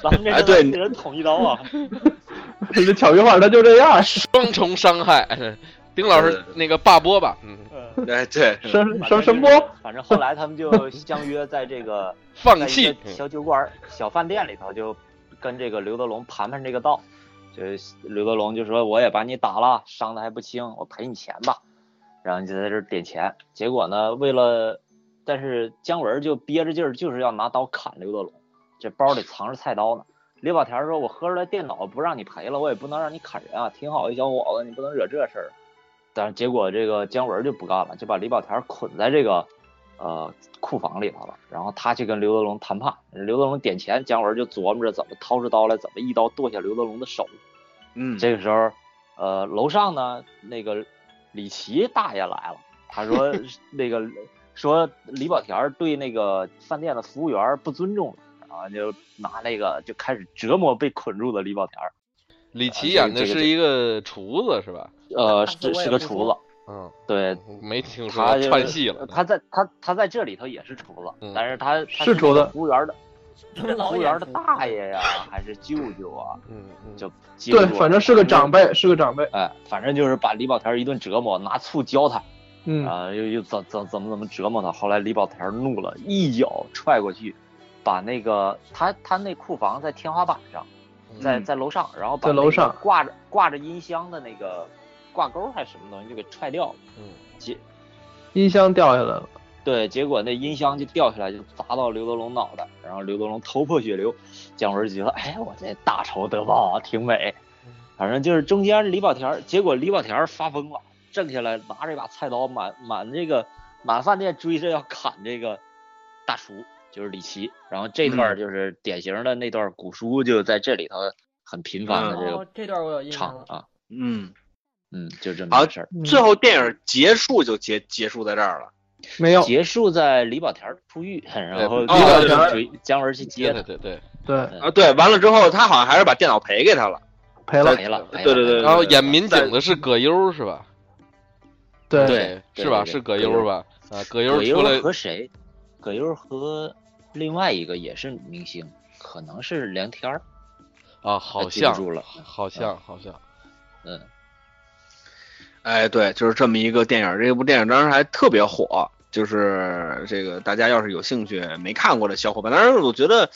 咱们哎这对是人捅一刀 啊！这巧语话他就这样，双重伤害。丁老对师对，那个罢播吧，嗯，嗯哎对，声反声正声就是波。反正后来他们就相约在这个 放在一弃。个嗯小酒馆儿、小饭店里头，就跟这个刘德龙盘盘这个道。就刘德龙就说：“我也把你打了，伤的还不轻，我赔你钱吧。”然后就在这儿点钱。结果呢，为了，但是姜文就憋着劲儿，就是要拿刀砍刘德龙。这包里藏着菜刀呢。李保田说：“我合出来电脑不让你赔了，我也不能让你砍人啊，挺好一小伙子，你不能惹这事儿。”但是结果这个姜文就不干了，就把李保田捆在这个呃库房里头了。然后他去跟刘德龙谈判，刘德龙点钱，姜文就琢磨着怎么掏出刀来，怎么一刀剁下刘德龙的手。嗯，这个时候，呃，楼上呢那个李琦大爷来了，他 说那个说李保田儿对那个饭店的服务员儿不尊重了啊，就拿那个就开始折磨被捆住的李保田儿。李琦演的是一啊个厨子是吧？ 呃，但是是我也是个不厨说子，嗯，对没听他说就是串戏了。他在他他在这里头也是厨子，嗯但是他他是厨子那个服务员的他们服老务演员的出大爷呀、还是舅舅啊，嗯嗯，就接对住，了反正是个长。辈，是个长辈。哎，反正就是把李保田儿一顿折磨，拿醋浇他，嗯，啊，又又怎怎怎么怎么折磨他。后来李保田怒了，一脚踹过去，把那个他他那库房在天花板上，在嗯在楼上，然后把在楼那个上挂着挂着音箱的那个挂钩还是什么东西就给踹掉了。嗯结音箱掉下来了，对，结果那音箱就掉下来，就砸到刘德龙脑袋，然后刘德龙头破血流。姜文觉得，哎，我这大仇得报啊，挺美。嗯反正就是中间李保田儿，结果李保田儿发疯了，挣下来拿着一把菜刀满满这个满饭店追着要砍这个大叔，就是李琦。然后这段儿就是典型的那段古书，就在这里头很频繁的这哦个，这段我有印象唱了。啊，嗯，嗯，就这么好个事儿。最后电影结束就结结束在这儿了。没有，结束在李保田儿出狱，然后李保田儿就追姜文去接他，对对对，对，啊，对，完了之后他好像还是把电脑赔给他了。赔了，赔了，哎呃赔了对对对然后演民警的是葛优是吧？对对是吧？对是葛葛优优吧？啊，葛葛出来优和谁？葛优和另外一个也是明星，可能是梁天儿。啊，好记不像住了啊好像好像，嗯，哎，对，就是这么一个电影。这部电影当时还特别火，就是这个大家要是有兴趣没看过的小伙伴，当然我觉得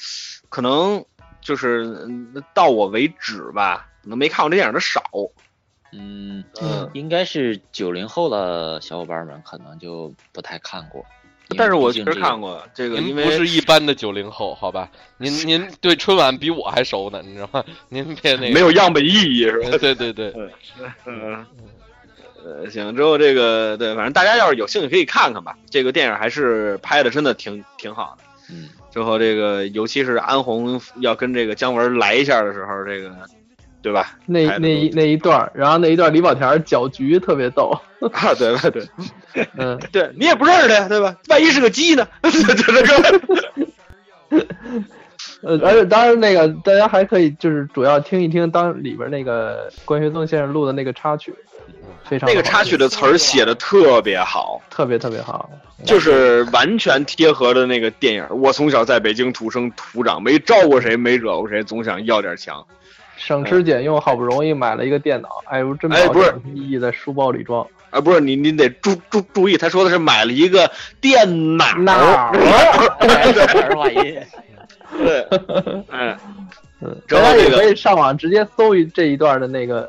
可能就是嗯到我为止吧，可能没看过这电影的少。嗯，嗯，应该是九零后的小伙伴们可能就不太看过，因为但是我毕确竟实这个看过这个，您因不为是一般的九零后，好吧？您 您对春晚比我还熟呢，你知道吗？您别那个没有样本意义是吧？有， 对对对，嗯，呃，行，之后这个对，反正大家要是有兴趣可以看看吧。这个电影还是拍的真的挺挺好的。 嗯，之后这个尤其是安红要跟这个姜文来一下的时候，这个对 吧？那拍得那一多那一段儿，然后那一段儿李保田儿搅局特别逗，啊，对吧？对 嗯，对，你也不认识他，对吧？万一是个鸡呢？ 这这个呃，而且当然那个大家还可以就是主要听一听当里边那个关学增先生录的那个插曲，非常那个好插曲的嗯词儿写的特别好，特别特别好，就是完全贴合的那个电影。我从小在北京土生土长，没招过谁，没惹过谁，总想要点强。省吃俭用，好不容易买了一个电脑，哎呦，真哎把不是两千亿在书包里装，啊，不是你，你得注注注意，他说的是买了一个电脑，哪儿哎儿化音， 对，嗯，嗯，然大后家这也个可以上网直接搜一这一段的那个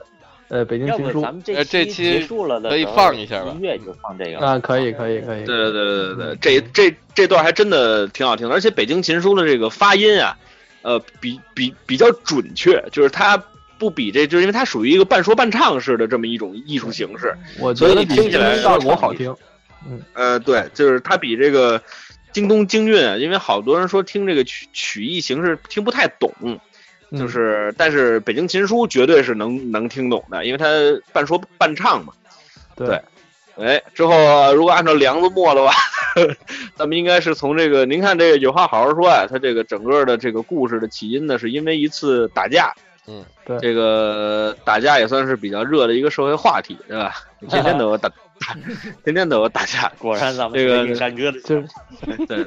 呃北京要情不书咱们呃哎这这期结束了的可以时候放一下吧音乐就放这个啊，可以可以可以，对对对对对，这这这段还真的挺好听的，而且北京琴书的这个发音啊，呃，比比比较准确，就是它不比这，就是因为它属于一个半说半唱式的这么一种艺术形式，我觉所得以听起来效果好听，呃，对，就是它比这个京东京韵啊，因为好多人说听这个曲曲艺形式听不太懂，嗯就是，但是北京琴书绝对是能能听懂的，因为它半说半唱嘛。对对哎，之后如果按照梁子墨的话， 咱们应该是从这个，您看这个有话好好说啊，它这个整个的这个故事的起因呢，是因为一次打架。嗯，对这个打架也算是比较热的一个社会话题，对吧？ 天天都有打，打天天都有打架。果然咱们这个推进山哥的就是对，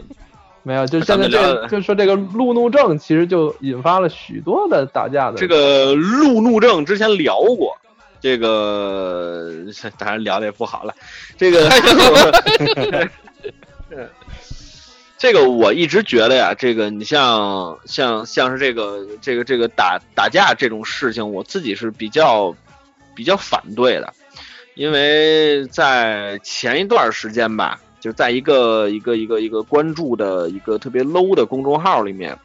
没有，就咱们现在这聊个，就说这个路怒症，其实就引发了许多的打架的这个路怒症之前聊过，这个当然聊的也不好了，这个这个我一直觉得呀，这个你像像像是这个这个这个打打架这种事情，我自己是比较比较反对的，因为在前一段时间吧，就在一个一个一个一个关注的一个特别 low 的公众号里面，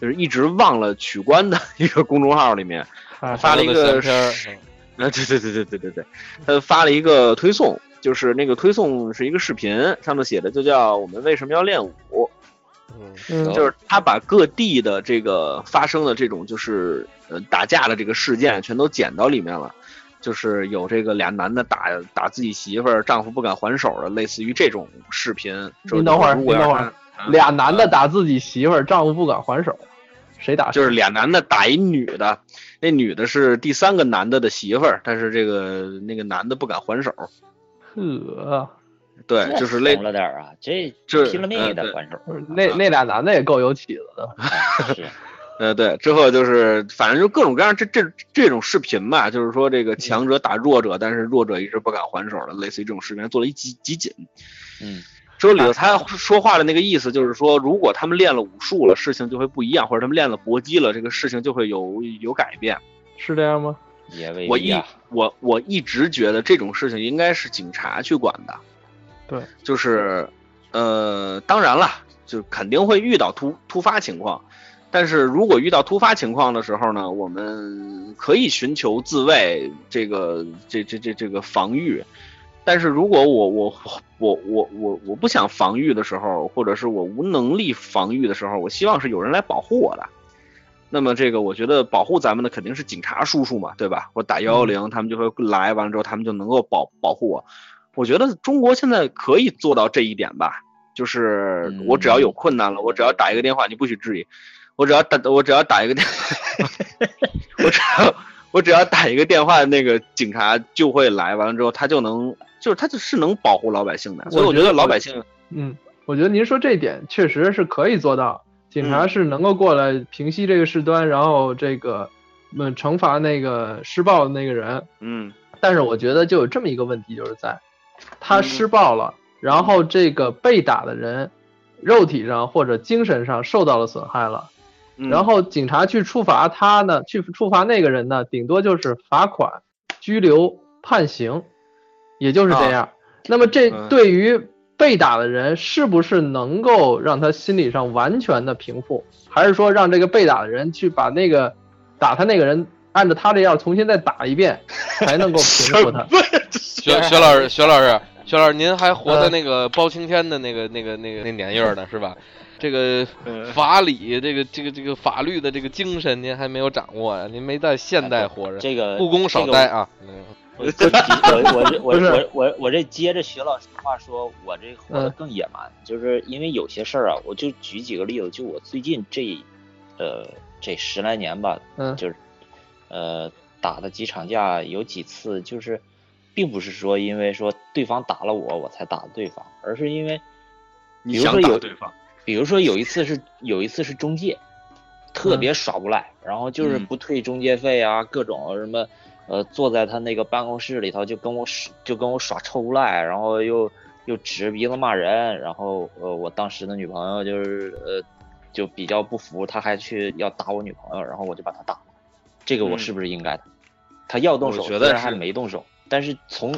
就是一直忘了取关的一个公众号里面，啊 发了一的个相片儿视啊，对对对对对对对，他发了一个推送，就是那个推送是一个视频，上面写的就叫“我们为什么要练武”，嗯嗯就是他把各地的这个发生的这种就是呃打架的这个事件全都剪到里面了，就是有这个俩男的打打自己媳妇儿，丈夫不敢还手的，类似于这种视频。就是您等会儿如果要啊您等是会儿俩男的打自己媳妇儿，丈夫不敢还手，谁打谁就是俩男的打一女的，那女的是第三个男的的媳妇儿，但是这个那个男的不敢还手，呵，对，就是类懂了点儿啊，这就是拼了命嗯也得对还手那那俩男的也够有起子的，啊，是呃，对，之后就是反正就各种各样这这这种视频吧，就是说这个强者打弱者，但是弱者一直不敢还手的，类似于这种视频做了一集集锦。嗯，之后里头他说话的那个意思就是说，如果他们练了武术了，事情就会不一样，或者他们练了搏击了，这个事情就会有有改变。是这样吗？也未我必一啊。我我一直觉得这种事情应该是警察去管的，对，就是呃，当然了，就肯定会遇到突突发情况，但是如果遇到突发情况的时候呢，我们可以寻求自卫，这个这这这这个防御。但是如果我我我我我我不想防御的时候，或者是我无能力防御的时候，我希望是有人来保护我的。那么这个，我觉得保护咱们的肯定是警察叔叔嘛，对吧？我打幺幺零，他们就会来，完了之后他们就能够保保护我。我觉得中国现在可以做到这一点吧，就是我只要有困难了，我只要打一个电话，你不许质疑，我只要打我只要打一个电，我只要我只要打一个电话，那个警察就会来，完了之后他就能就是他就是能保护老百姓的，所以我觉得老百姓嗯，我觉得您说这一点确实是可以做到，警察是能够过来平息这个事端，然后这个嗯惩罚那个施暴的那个人。嗯但是我觉得就有这么一个问题，就是在他施暴了，然后这个被打的人肉体上或者精神上受到了损害了，嗯然后警察去处罚他呢，去处罚那个人呢，顶多就是罚款、拘留、判刑，也就是这样。那么这啊嗯对于被打的人，是不是能够让他心理上完全的平复，还是说让这个被打的人去把那个打他那个人按照他这样重新再打 一遍，才能够平复他？薛薛老师，薛老师，薛老师，您还活在那个包青天的那个、那个、那个、那年月儿呢，是吧？这个嗯法理，这个、这个、这个法律的这个精神，您还没有掌握呀、您没在现代活着，这个故宫少待啊。嗯我我我我我我我这接着徐老师话说，我这活得更野蛮，就是因为有些事儿啊，我就举几个例子，就我最近这，呃，这十来年吧，嗯就是，呃，打的几场架有几次就是，并不是说因为说对方打了我我才打的对方，而是因为，你比如想说打有对方，比如说有一次是有一次是中介，特别耍无赖，然后就是嗯不退中介费啊，各种什么，呃，坐在他那个办公室里头就跟我耍就跟我耍臭无赖，然后又又指着鼻子骂人，然后呃，我当时的女朋友就是呃就比较不服，他还去要打我女朋友，然后我就把他打了，这个我嗯是不是应该的？他要动手，我觉得虽然是还没动手，但是从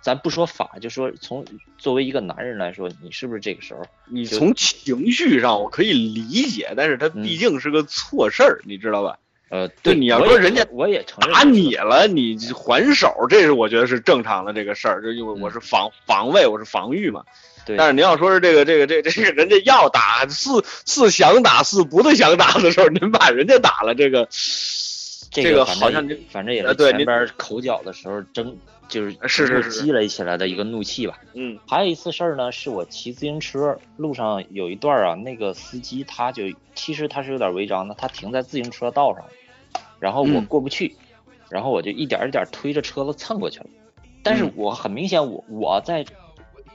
咱不说法，就说从作为一个男人来说，你是不是这个时候？你就从情绪上我可以理解，但是他嗯毕竟是个错事儿，你知道吧？呃，对对，你要我说也人家我也承认打我是你了，你还手，这是我觉得是正常的这个事儿，就因为我是防防卫，我是防御嘛。对，但是您要说是这个这个这个这个人家要打是是想打是不是想打的时候，您把人家打了，这个这这个反正好像也这反正也呃是对前您边口角的时候争，就是是是是积累起来的一个怒气吧。嗯还有一次事儿呢，是我骑自行车路上有一段啊，那个司机他就其实他是有点违章的，他停在自行车道上，然后我嗯过不去，然后我就一点一点推着车子蹭过去了。但是嗯我很明显我，我在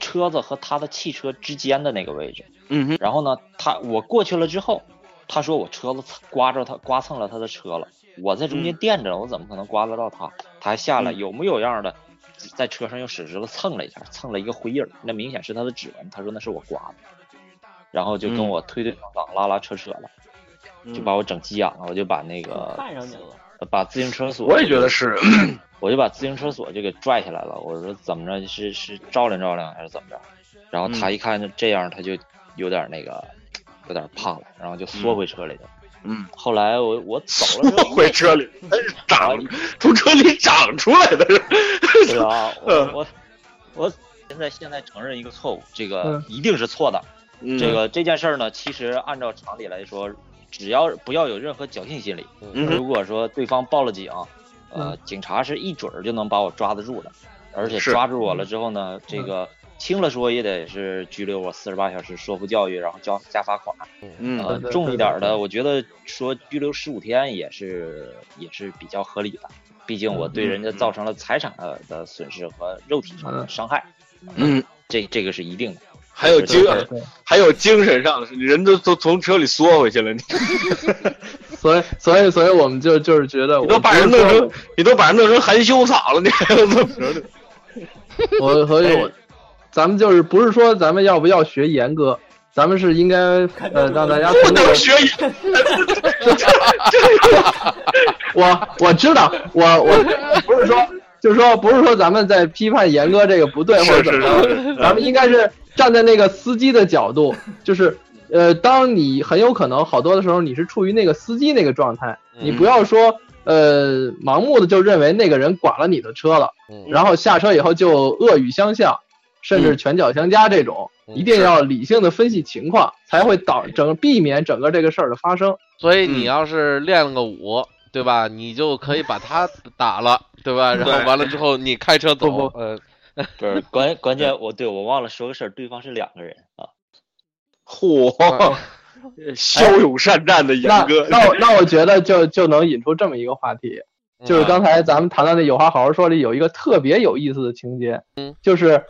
车子和他的汽车之间的那个位置，嗯哼然后呢，他我过去了之后，他说我车子蹭刮着他刮蹭了他的车了，我在中间垫着，我怎么可能刮得到他？他还下来嗯有模有样的，在车上用手指头蹭了一下，蹭了一个灰印儿，那明显是他的指纹。他说那是我刮的，然后就跟嗯我推推搡搡、拉拉扯扯了，嗯，就把我整急眼了，我就把那个呃看上你了，把自行车锁，我也觉得是，我就把自行车锁就给拽下来了。我说怎么着，是是照亮照亮还是怎么着？然后嗯他一看就这样，他就有点那个，有点怕了，然后就缩回车里了。嗯，后来我我走了之缩 后，回车里，他是长从车里长出来的，对是吧？我嗯我我现在现在承认一个错误，这个嗯一定是错的。嗯这个这件事儿呢，其实按照常理来说，只要不要有任何侥幸心理，嗯哼如果说对方报了警，呃嗯，警察是一准儿就能把我抓得住的，而且是抓住嗯我了之后呢，这个轻了说也得是拘留我四十八小时，说服教育，然后交加罚款。嗯呃对，对重一点儿对对的，我觉得说拘留十五天也是也是比较合理的，毕竟嗯我对嗯人家造成了财产的的损失和肉体上的伤害，嗯，这这个是一定的。还有这精个对还有精神上的，人都都从车里缩回去了，你所以，所以，所以我们就就是觉得我你都把人不弄是说成你都把人弄成含羞草了，你还要弄成这 我和哎我，咱们就是不是说咱们要不要学严哥，咱们是应该呃让大家不从那能个学一 我我知道我我不是说就是说不是说咱们在批判严哥这个不对或者是是怎么样，是，咱们应该是站在那个司机的角度，就是呃，当你很有可能好多的时候你是处于那个司机那个状态，嗯你不要说呃盲目的就认为那个人剐了你的车了，嗯然后下车以后就恶语相向，甚嗯至拳脚相加这种，嗯一定要理性的分析情况，才会导整避免整个这个事儿的发生。所以嗯你要是练了个舞，对吧？你就可以把他打了，对吧？然后对完了之后你开车走，不呃，不是 关关键我对我忘了说个事儿，对方是两个人啊， 嚯，骁勇善战的那严哥，那我那我觉得就就能引出这么一个话题，嗯就是刚才咱们谈到那《有话好好说》里有一个特别有意思的情节，嗯，就是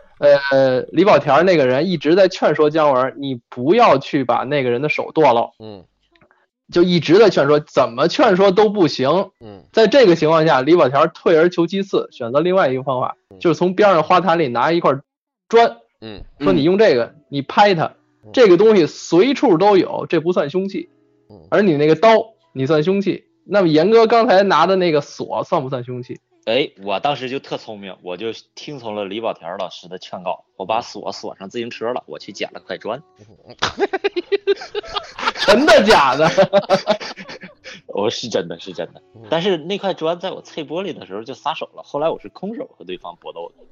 呃李保田那个人一直在劝说姜文，你不要去把那个人的手剁了，嗯就一直在劝说，怎么劝说都不行。嗯在这个情况下，李保田退而求其次，选择另外一个方法，就是从边上花坛里拿一块砖，嗯说你用这个，你拍它，这个东西随处都有，这不算凶器嗯，而你那个刀，你算凶器。那么严哥刚才拿的那个锁算不算凶器？哎，我当时就特聪明，我就听从了李保田老师的劝告，我嗯把锁锁上自行车了，我去捡了块砖。真的假的？ 哦我是真的是真的，嗯但是那块砖在我碎玻璃的时候就撒手了，后来我是空手和对方搏斗的。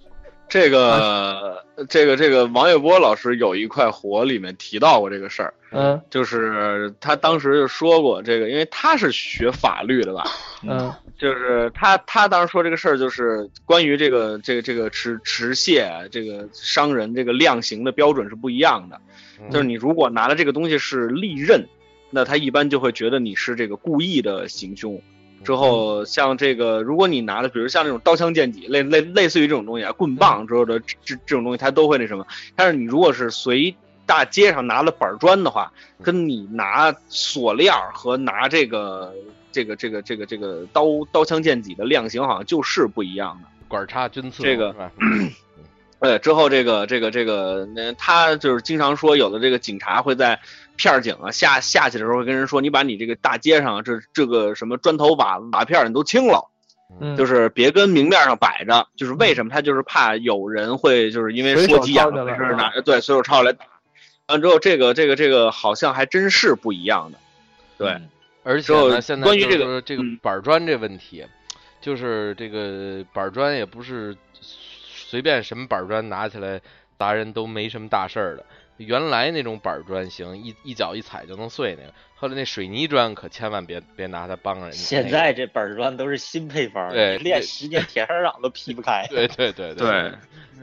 这个这个这个王玥波老师有一块活里面提到过这个事儿，嗯就是他当时就说过这个，因为他是学法律的吧，嗯就是他他当时说这个事儿，就是关于这个这个这个持持械啊这个商人这个量刑的标准是不一样的，嗯就是你如果拿的这个东西是利刃，那他一般就会觉得你是这个故意的行凶。之后像这个，如果你拿的，比如像这种刀枪剑戟，类类类似于这种东西啊，棍棒之后的这这这种东西，他都会那什么。但是你如果是随大街上拿了板砖的话，跟你拿锁链儿和拿这个这个这个这个这个刀刀枪剑戟的量刑好像就是不一样的。管插军刺这个是吧嗯呃，之后这个这个这个，那他就是经常说，有的这个警察会在片儿警啊下下去的时候会跟人说，你把你这个大街上啊这这个什么砖头瓦瓦片儿你都清了，嗯，就是是别跟明面上摆着。就是为什么他就是怕有人会就是因为说急眼了没事儿拿着对随手抄来打，完之后这个这个这个好像还真是不一样的。对嗯，而且之后呢，现在关于就是这个说这个嗯板砖这问题，就是这个板砖也不是随便什么板砖拿起来砸人都没什么大事儿的。原来那种板砖行，一一脚一踩就能碎那个，后来那水泥砖可千万别别拿它帮人。现在这板砖都是新配方，对你练对十年铁砂掌都劈不开。那个，对对对对，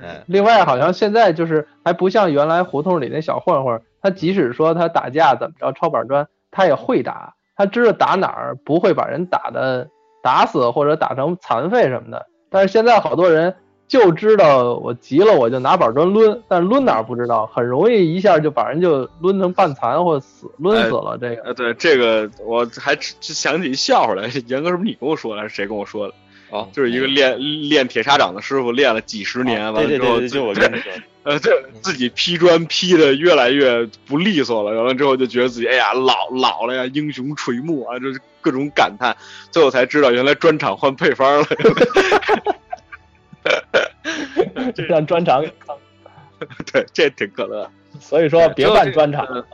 嗯另外，好像现在就是还不像原来胡同里那小混混，他即使说他打架怎么着抄板砖，他也会打，他知道打哪儿不会把人打的打死或者打成残废什么的。但是现在好多人就知道我急了我就拿板砖抡，但抡哪儿不知道，很容易一下就把人就抡成半残或死抡死了。这个呃，对这个我还只只想起一笑话来，严哥是不是你跟我说的，还是谁跟我说的？哦就是一个练练铁砂掌的师傅，练了几十年，完啊对了对之后对对，自嗯就我跟你说，呃，这自己劈砖劈的越来越不利索了，完了之后就觉得自己哎呀老老了呀，英雄垂暮啊，就是各种感叹，最后才知道原来砖厂换配方了。 哎让专场，对，这挺可乐。所以说别就办这专场。嗯，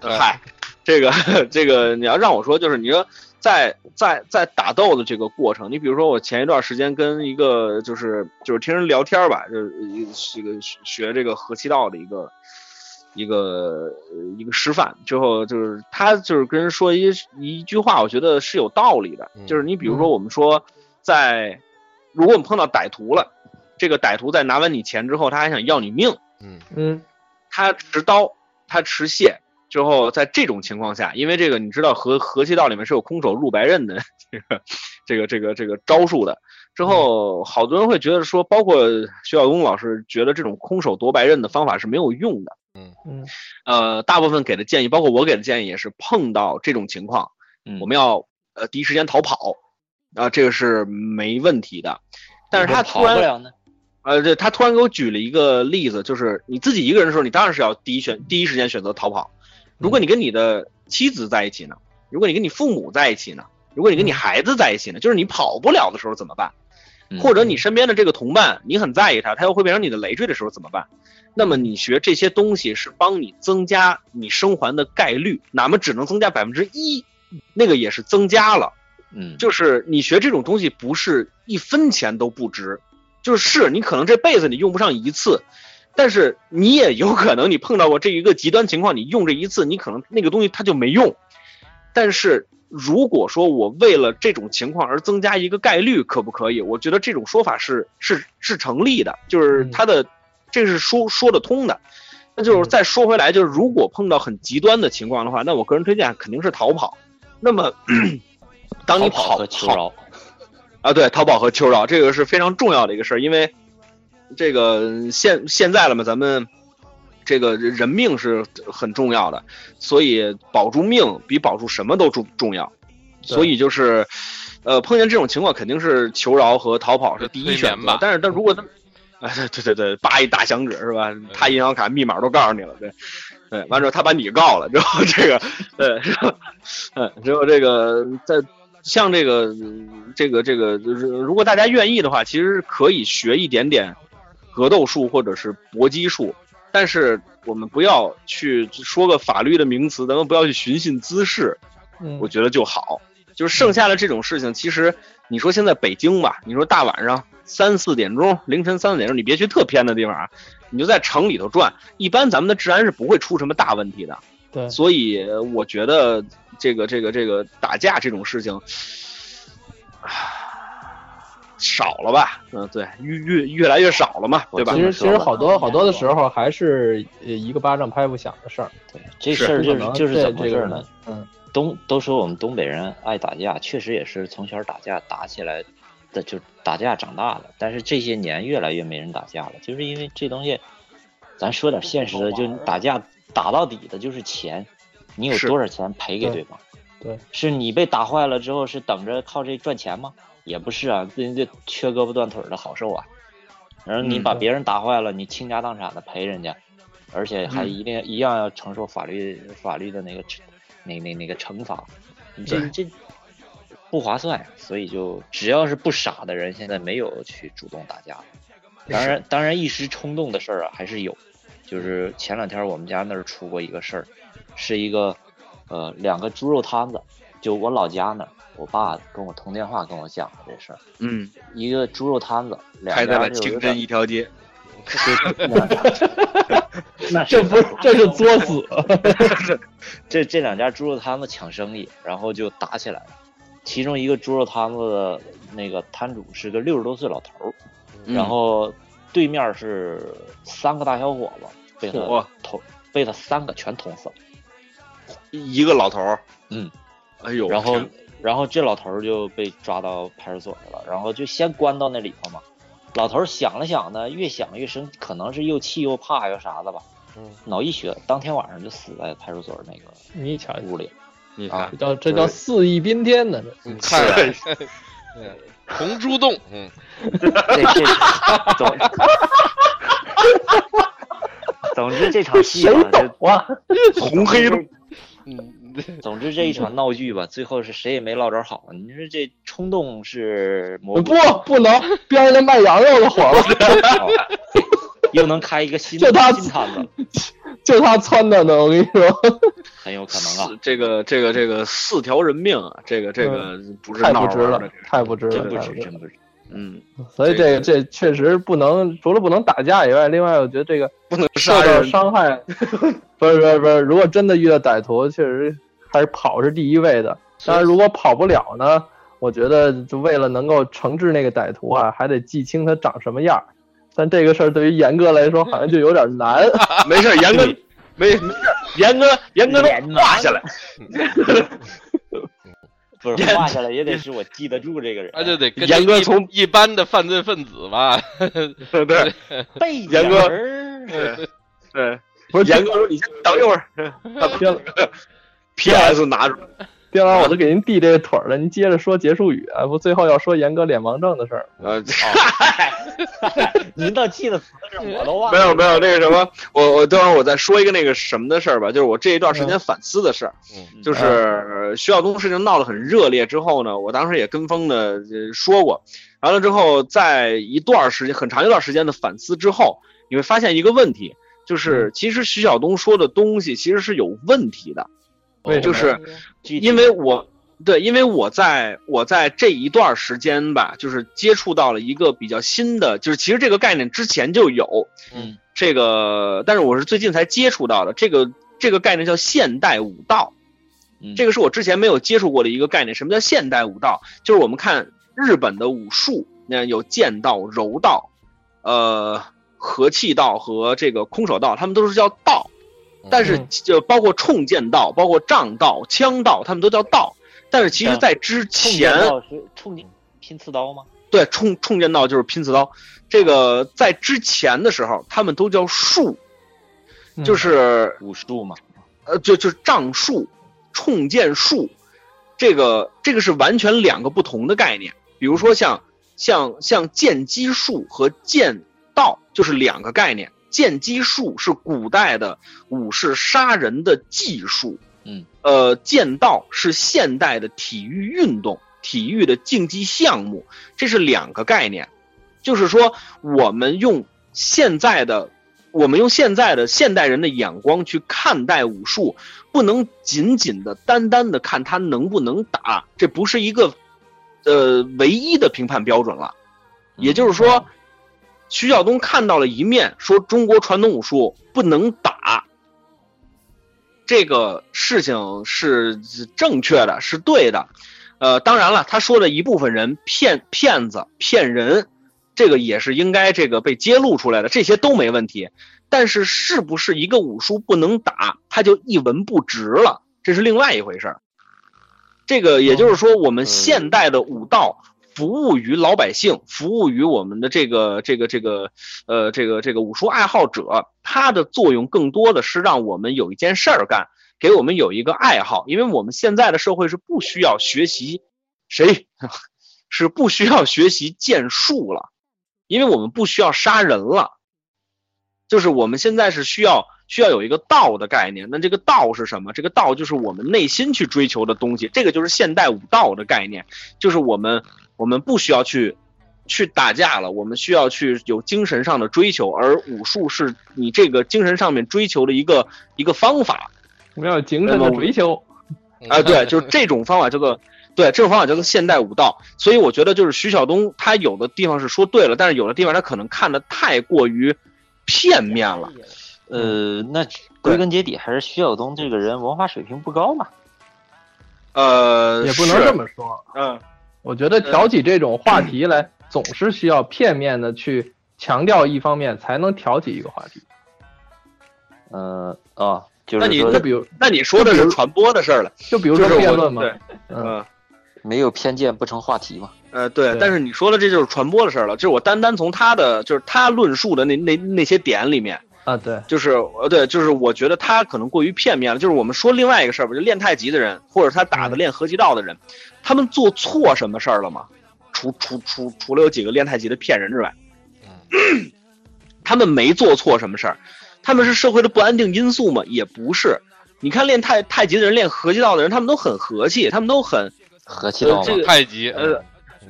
嗨，这个 这个你要让我说，就是你说在在在打斗的这个过程，你比如说我前一段时间跟一个就是就是听人聊天儿吧，就是一个这个学学这个合气道的一个一个呃一个师范，之后就是他就是跟人说一一句话，我觉得是有道理的嗯，就是你比如说我们说在如果我们碰到歹徒了，这个歹徒在拿完你钱之后，他还想要你命。嗯嗯他持刀，他持械之后，在这种情况下，因为这个你知道和和气道里面是有空手入白刃的这个这个这个这个招数的。之后，好多人会觉得说，包括徐晓东老师觉得这种空手夺白刃的方法是没有用的。嗯呃，大部分给的建议，包括我给的建议也是，碰到这种情况，嗯我们要呃第一时间逃跑，啊、这个是没问题的。 但是他跑突不然了呢。呃，对他突然给我举了一个例子，就是你自己一个人的时候，你当然是要第一选第一时间选择逃跑。如嗯果你跟你的妻子在一起呢？如果你跟你父母在一起呢？如果你跟你孩子在一起呢？就是你跑不了的时候怎么办？嗯或者你身边的这个同伴，你很在意他，他又会变成你的累赘的时候怎么办？那么你学这些东西是帮你增加你生还的概率，哪怕只能增加百分之一，那个也是增加了。嗯，就是你学这种东西不是一分钱都不值，就是你可能这辈子你用不上一次，但是你也有可能你碰到过这一个极端情况，你用这一次，你可能那个东西它就没用。但是如果说我为了这种情况而增加一个概率，可不可以？我觉得这种说法是是是成立的，就是它的这是说说得通的。那就是再说回来，就是如果碰到很极端的情况的话，那我个人推荐肯定是逃跑。那么， 当你逃跑跑和求饶，啊，对，淘宝和秋饶这个是非常重要的一个事儿，因为这个现现在了嘛，咱们这个人命是很重要的，所以保住命比保住什么都重重要。所以就是，呃，碰见这种情况肯定是求饶和逃跑是第一选催眠择吧，但是但如果他，啊、对对对，叭一大响指是吧？他银行卡密码都告诉你了，对。对，完之后他把你告了，之后这个，对，之后，嗯，之后这个在像这个嗯这个这个，就是如果大家愿意的话，其实可以学一点点格斗术或者是搏击术，但是我们不要去说个法律的名词，咱们不要去寻衅滋事，嗯我觉得就好。就是剩下的这种事情，其实你说现在北京吧，你说大晚上三四点钟，凌晨三四点钟，你别去特偏的地方啊，你就在城里头转，一般咱们的治安是不会出什么大问题的。对所以呃我觉得这个这个这个打架这种事情，唉少了吧？嗯，对，越越越来越少了嘛，对吧其？实其实好多好多的时候，候还是呃一个巴掌拍不响的事儿，对这是事儿不就可是能就是这怎么回这事个儿呢？？嗯，东都说我们东北人爱打架，确实也是从小打架打起来的，就打架长大的。但是这些年越来越没人打架了，就是因为这东西，咱说点现实的，就你打架打到底的就是钱，你有是多少钱赔给对对方？对，是你被打坏了之后是等着靠这赚钱吗？也不是啊，人家缺胳膊断腿儿的好受啊。然后你嗯把对别人打坏了，你倾家荡产的赔人家，而且还嗯一定一样要承受法律法律的那个惩那那那个惩罚，你这对这不划算呀。所以就只要是不傻的人，现在没有去主动打架的。当然，当然一时冲动的事儿啊还是有，就是前两天我们家那儿出过一个事儿，是一个呃两个猪肉摊子，就我老家那儿，我爸跟我通电话跟我讲的这事儿，嗯，一个猪肉摊子，两开在家了就清有点真一条街， 那这不是这是作死，这这两家猪肉摊子抢生意，然后就打起来了。其中一个猪肉摊子的那个摊主是个六十多岁老头儿，嗯然后对面是三个大小伙子被嚯哎他捅，被他三个全捅死了。一个老头儿，嗯，哎呦，然后天然后这老头儿就被抓到派出所去了，然后就先关到那里头嘛。老头儿想了想呢，越想越生，可能是又气又怕又啥的吧，嗯脑溢血，当天晚上就死在派出所那个你瞧，屋里。你啊看这，叫这叫肆意宾天呢，这你看，嗯红猪洞，嗯，这这总总之这场戏吧，就啊哇，红黑的，嗯总之这一场闹剧吧，最后是谁也没落着好。你说这冲动是蘑不菇，不能，边上那卖羊肉的火了，啊又能开一个新就他新摊子，就他撺掇的，我跟你说，很有可能啊，四这个这个这个四条人命啊，这个这个不是太闹不值着了玩的，，太不值了，真不太止，值真不止。嗯，所以这个这确实不能，除了不能打架以外，另外我觉得这个不能受杀到人，伤害， 不是不是不是，如果真的遇到歹徒，确实还是跑是第一位的。当然，如果跑不了呢，我觉得就为了能够惩治那个歹徒啊，还得记清他长什么样儿。但这个事儿对于严哥来说好像就有点难。没事儿，严哥，没没事儿，严哥严哥都脸麻挂下来，不是画下来也得是我记得住这个人，啊那就得跟严这嗯哥一从一般的犯罪分子吧， 对背严景哥儿对。不是严哥说：“你先等一会儿，听了，PS 拿出来，丁老，我都给您递这个腿儿了，您接着说结束语啊，不最后要说严哥脸盲症的事儿。呃，您倒记得词儿，我都忘 没了。有没有那个什么，我我等会儿我再说一个那个什么的事儿吧，就是我这一段时间反思的事儿，嗯就是呃徐晓东事情闹得很热烈之后呢，我当时也跟风的说过，完了之后，在一段时间很长一段时间的反思之后，你会发现一个问题，就是其实徐晓东说的东西其实是有问题的，为什就么是具体因为我对，因为我在我在这一段时间吧，就是接触到了一个比较新的，就是其实这个概念之前就有，嗯，这个，但是我是最近才接触到的这个这个概念叫现代武道，嗯这个是我之前没有接触过的一个概念。什么叫现代武道？就是我们看日本的武术，那有剑道、柔道，呃，和气道和这个空手道，他们都是叫道。哦但是嗯就包括冲剑道、包括杖道、枪道，他们都叫道。但是其实，嗯在之冲剑前，道是冲你拼刺刀吗？对冲冲剑道就是拼刺刀，这个在之前的时候，他们都叫术，嗯就是武术嘛，呃，就就是杖术、冲剑术，这个这个是完全两个不同的概念。比如说像像像剑击术和剑道就是两个概念。剑击术是古代的武士杀人的技术，嗯，呃，剑道是现代的体育运动、体育的竞技项目，这是两个概念。就是说，我们用现在的我们用现在的现代人的眼光去看待武术，不能仅仅的单单的看他能不能打，这不是一个呃唯一的评判标准了。也就是说，徐晓东看到了一面，说中国传统武术不能打，这个事情是正确的，是对的。呃，当然了，他说的一部分人骗骗子、骗人，这个也是应该这个被揭露出来的，这些都没问题。但是是不是一个武术不能打，他就一文不值了，这是另外一回事儿。这个也就是说，我们现代的武道服务于老百姓，服务于我们的这个这个这个呃这个这个武术爱好者，它的作用更多的是让我们有一件事儿干，给我们有一个爱好，因为我们现在的社会是不需要学习谁 是不需要学习剑术了。因为我们不需要杀人了，就是我们现在是需要需要有一个道的概念。那这个道是什么？这个道就是我们内心去追求的东西，这个就是现代武道的概念，就是我们我们不需要去去打架了，我们需要去有精神上的追求，而武术是你这个精神上面追求的一个一个方法。我嗯们要有精神的追求。 啊， 对，就是这种方法叫做，对，这种方法叫做现代武道。所以我觉得就是徐晓东他有的地方是说对了，但是有的地方他可能看的太过于片面了。哎呃，那归根结底还是徐晓东这个人文化水平不高嘛。呃，也不能是这，么说。嗯，我觉得挑起这种话题来，总是需要片面的去强调一方面，才能挑起一个话题。嗯、呃、啊，就那是你说就比如，那你说的是传播的事儿了，就比如就说是辩我论嘛，对，嗯，嗯。没有偏见不成话题嘛。呃，对，对但是你说的这就是传播的事儿了，就是我单单从他的，就是他论述的那那那些点里面，啊，对，就是呃，对，就是我觉得他可能过于片面了。就是我们说另外一个事儿吧，就练太极的人，或者他打的练合气道的人，他们做错什么事儿了吗？除除除除了有几个练太极的骗人之外， 他们没做错什么事儿，他们是社会的不安定因素吗？也不是。你看练太太极的人，练合气道的人，他们都很和气，他们都很和气道呃这嘛个，太极，嗯呃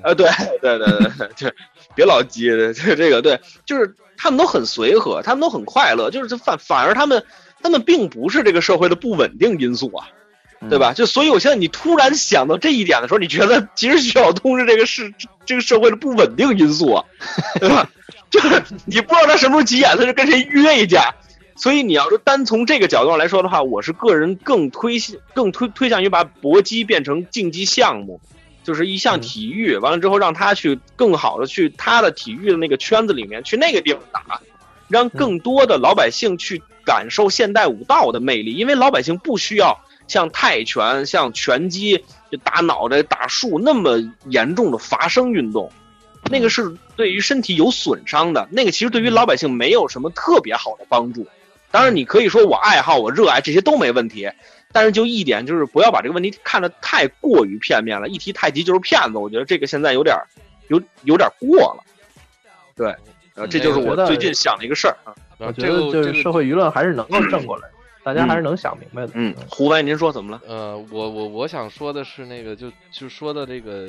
呃，对 对对对对，就别老急，这这个对，就是他们都很随和，他们都很快乐，就是反反而他们他们并不是这个社会的不稳定因素啊，嗯对吧？？就所以我现在你突然想到这一点的时候，你觉得其实徐晓东是这个是这个社会的不稳定因素啊，对吧？ 就是你不知道他什么时候急眼，他就跟谁约一架。所以你要说单从这个角度上来说的话，我是个人更推更推推向于把搏击变成竞技项目，就是一项体育，完了之后让他去更好的去他的体育的那个圈子里面去那个地方打，让更多的老百姓去感受现代武道的魅力，因为老百姓不需要像泰拳、像拳击就打脑袋、打树那么严重的伐生运动，那个是对于身体有损伤的，那个其实对于老百姓嗯没有什么特别好的帮助。当然，你可以说我爱好、我热爱这些都没问题，但是就一点就是不要把这个问题看得太过于片面了，一提太极就是骗子，我觉得这个现在有点儿有有点儿过了。对，呃，嗯这就是哎我我觉得最近想的一个事儿啊。我啊觉这个得就这是个社会舆论还是能够正过来的，大家还是能想明白的。嗯，胡白，您说怎么了？呃，我我我想说的是那个，就就说到这个，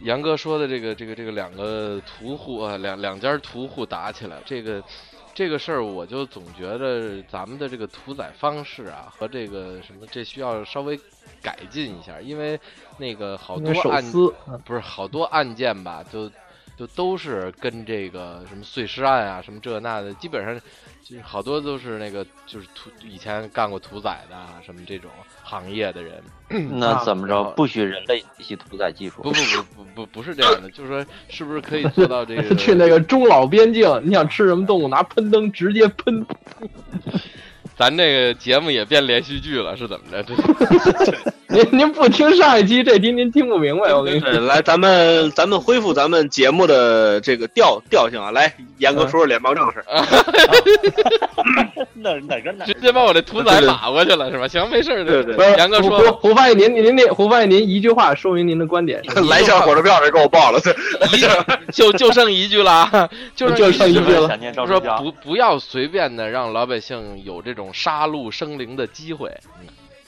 杨哥说的这个这个这个两个屠户啊，两两家屠户打起来，这个这个事儿，我就总觉得咱们的这个屠宰方式啊，和这个什么，这需要稍微改进一下，因为那个好因多为手案撕，嗯？不是好多案件吧，就就都是跟这个什么碎尸案啊，什么这那的，基本上就是好多都是那个就是屠以前干过屠宰的啊，什么这种行业的人。那怎么然着后？不许人类一起屠宰技术？不不不不不不是这样的，就是说是不是可以做到 这个啊 去那个中老边境，你想吃什么动物，拿喷灯直接喷。咱这个节目也变连续剧了，是怎 么着？这您您不听上一期，这期您听不明白。我跟你 说，对，来，咱们咱们恢复咱们节目的这个调调性啊，来，严哥说说联邦政事。哪哪个哪直接把我这屠宰打过去了是吧？行，没事儿。对对不是杨哥胡说胡胡翻译您您您胡翻译您一句话说明您的观点， 来一下火车票，这给我报了。对，一 就就剩一句了啊，就就剩剩一句了。了想念就赵说忠祥不不要随便的让老百姓有这种杀戮生灵的机会，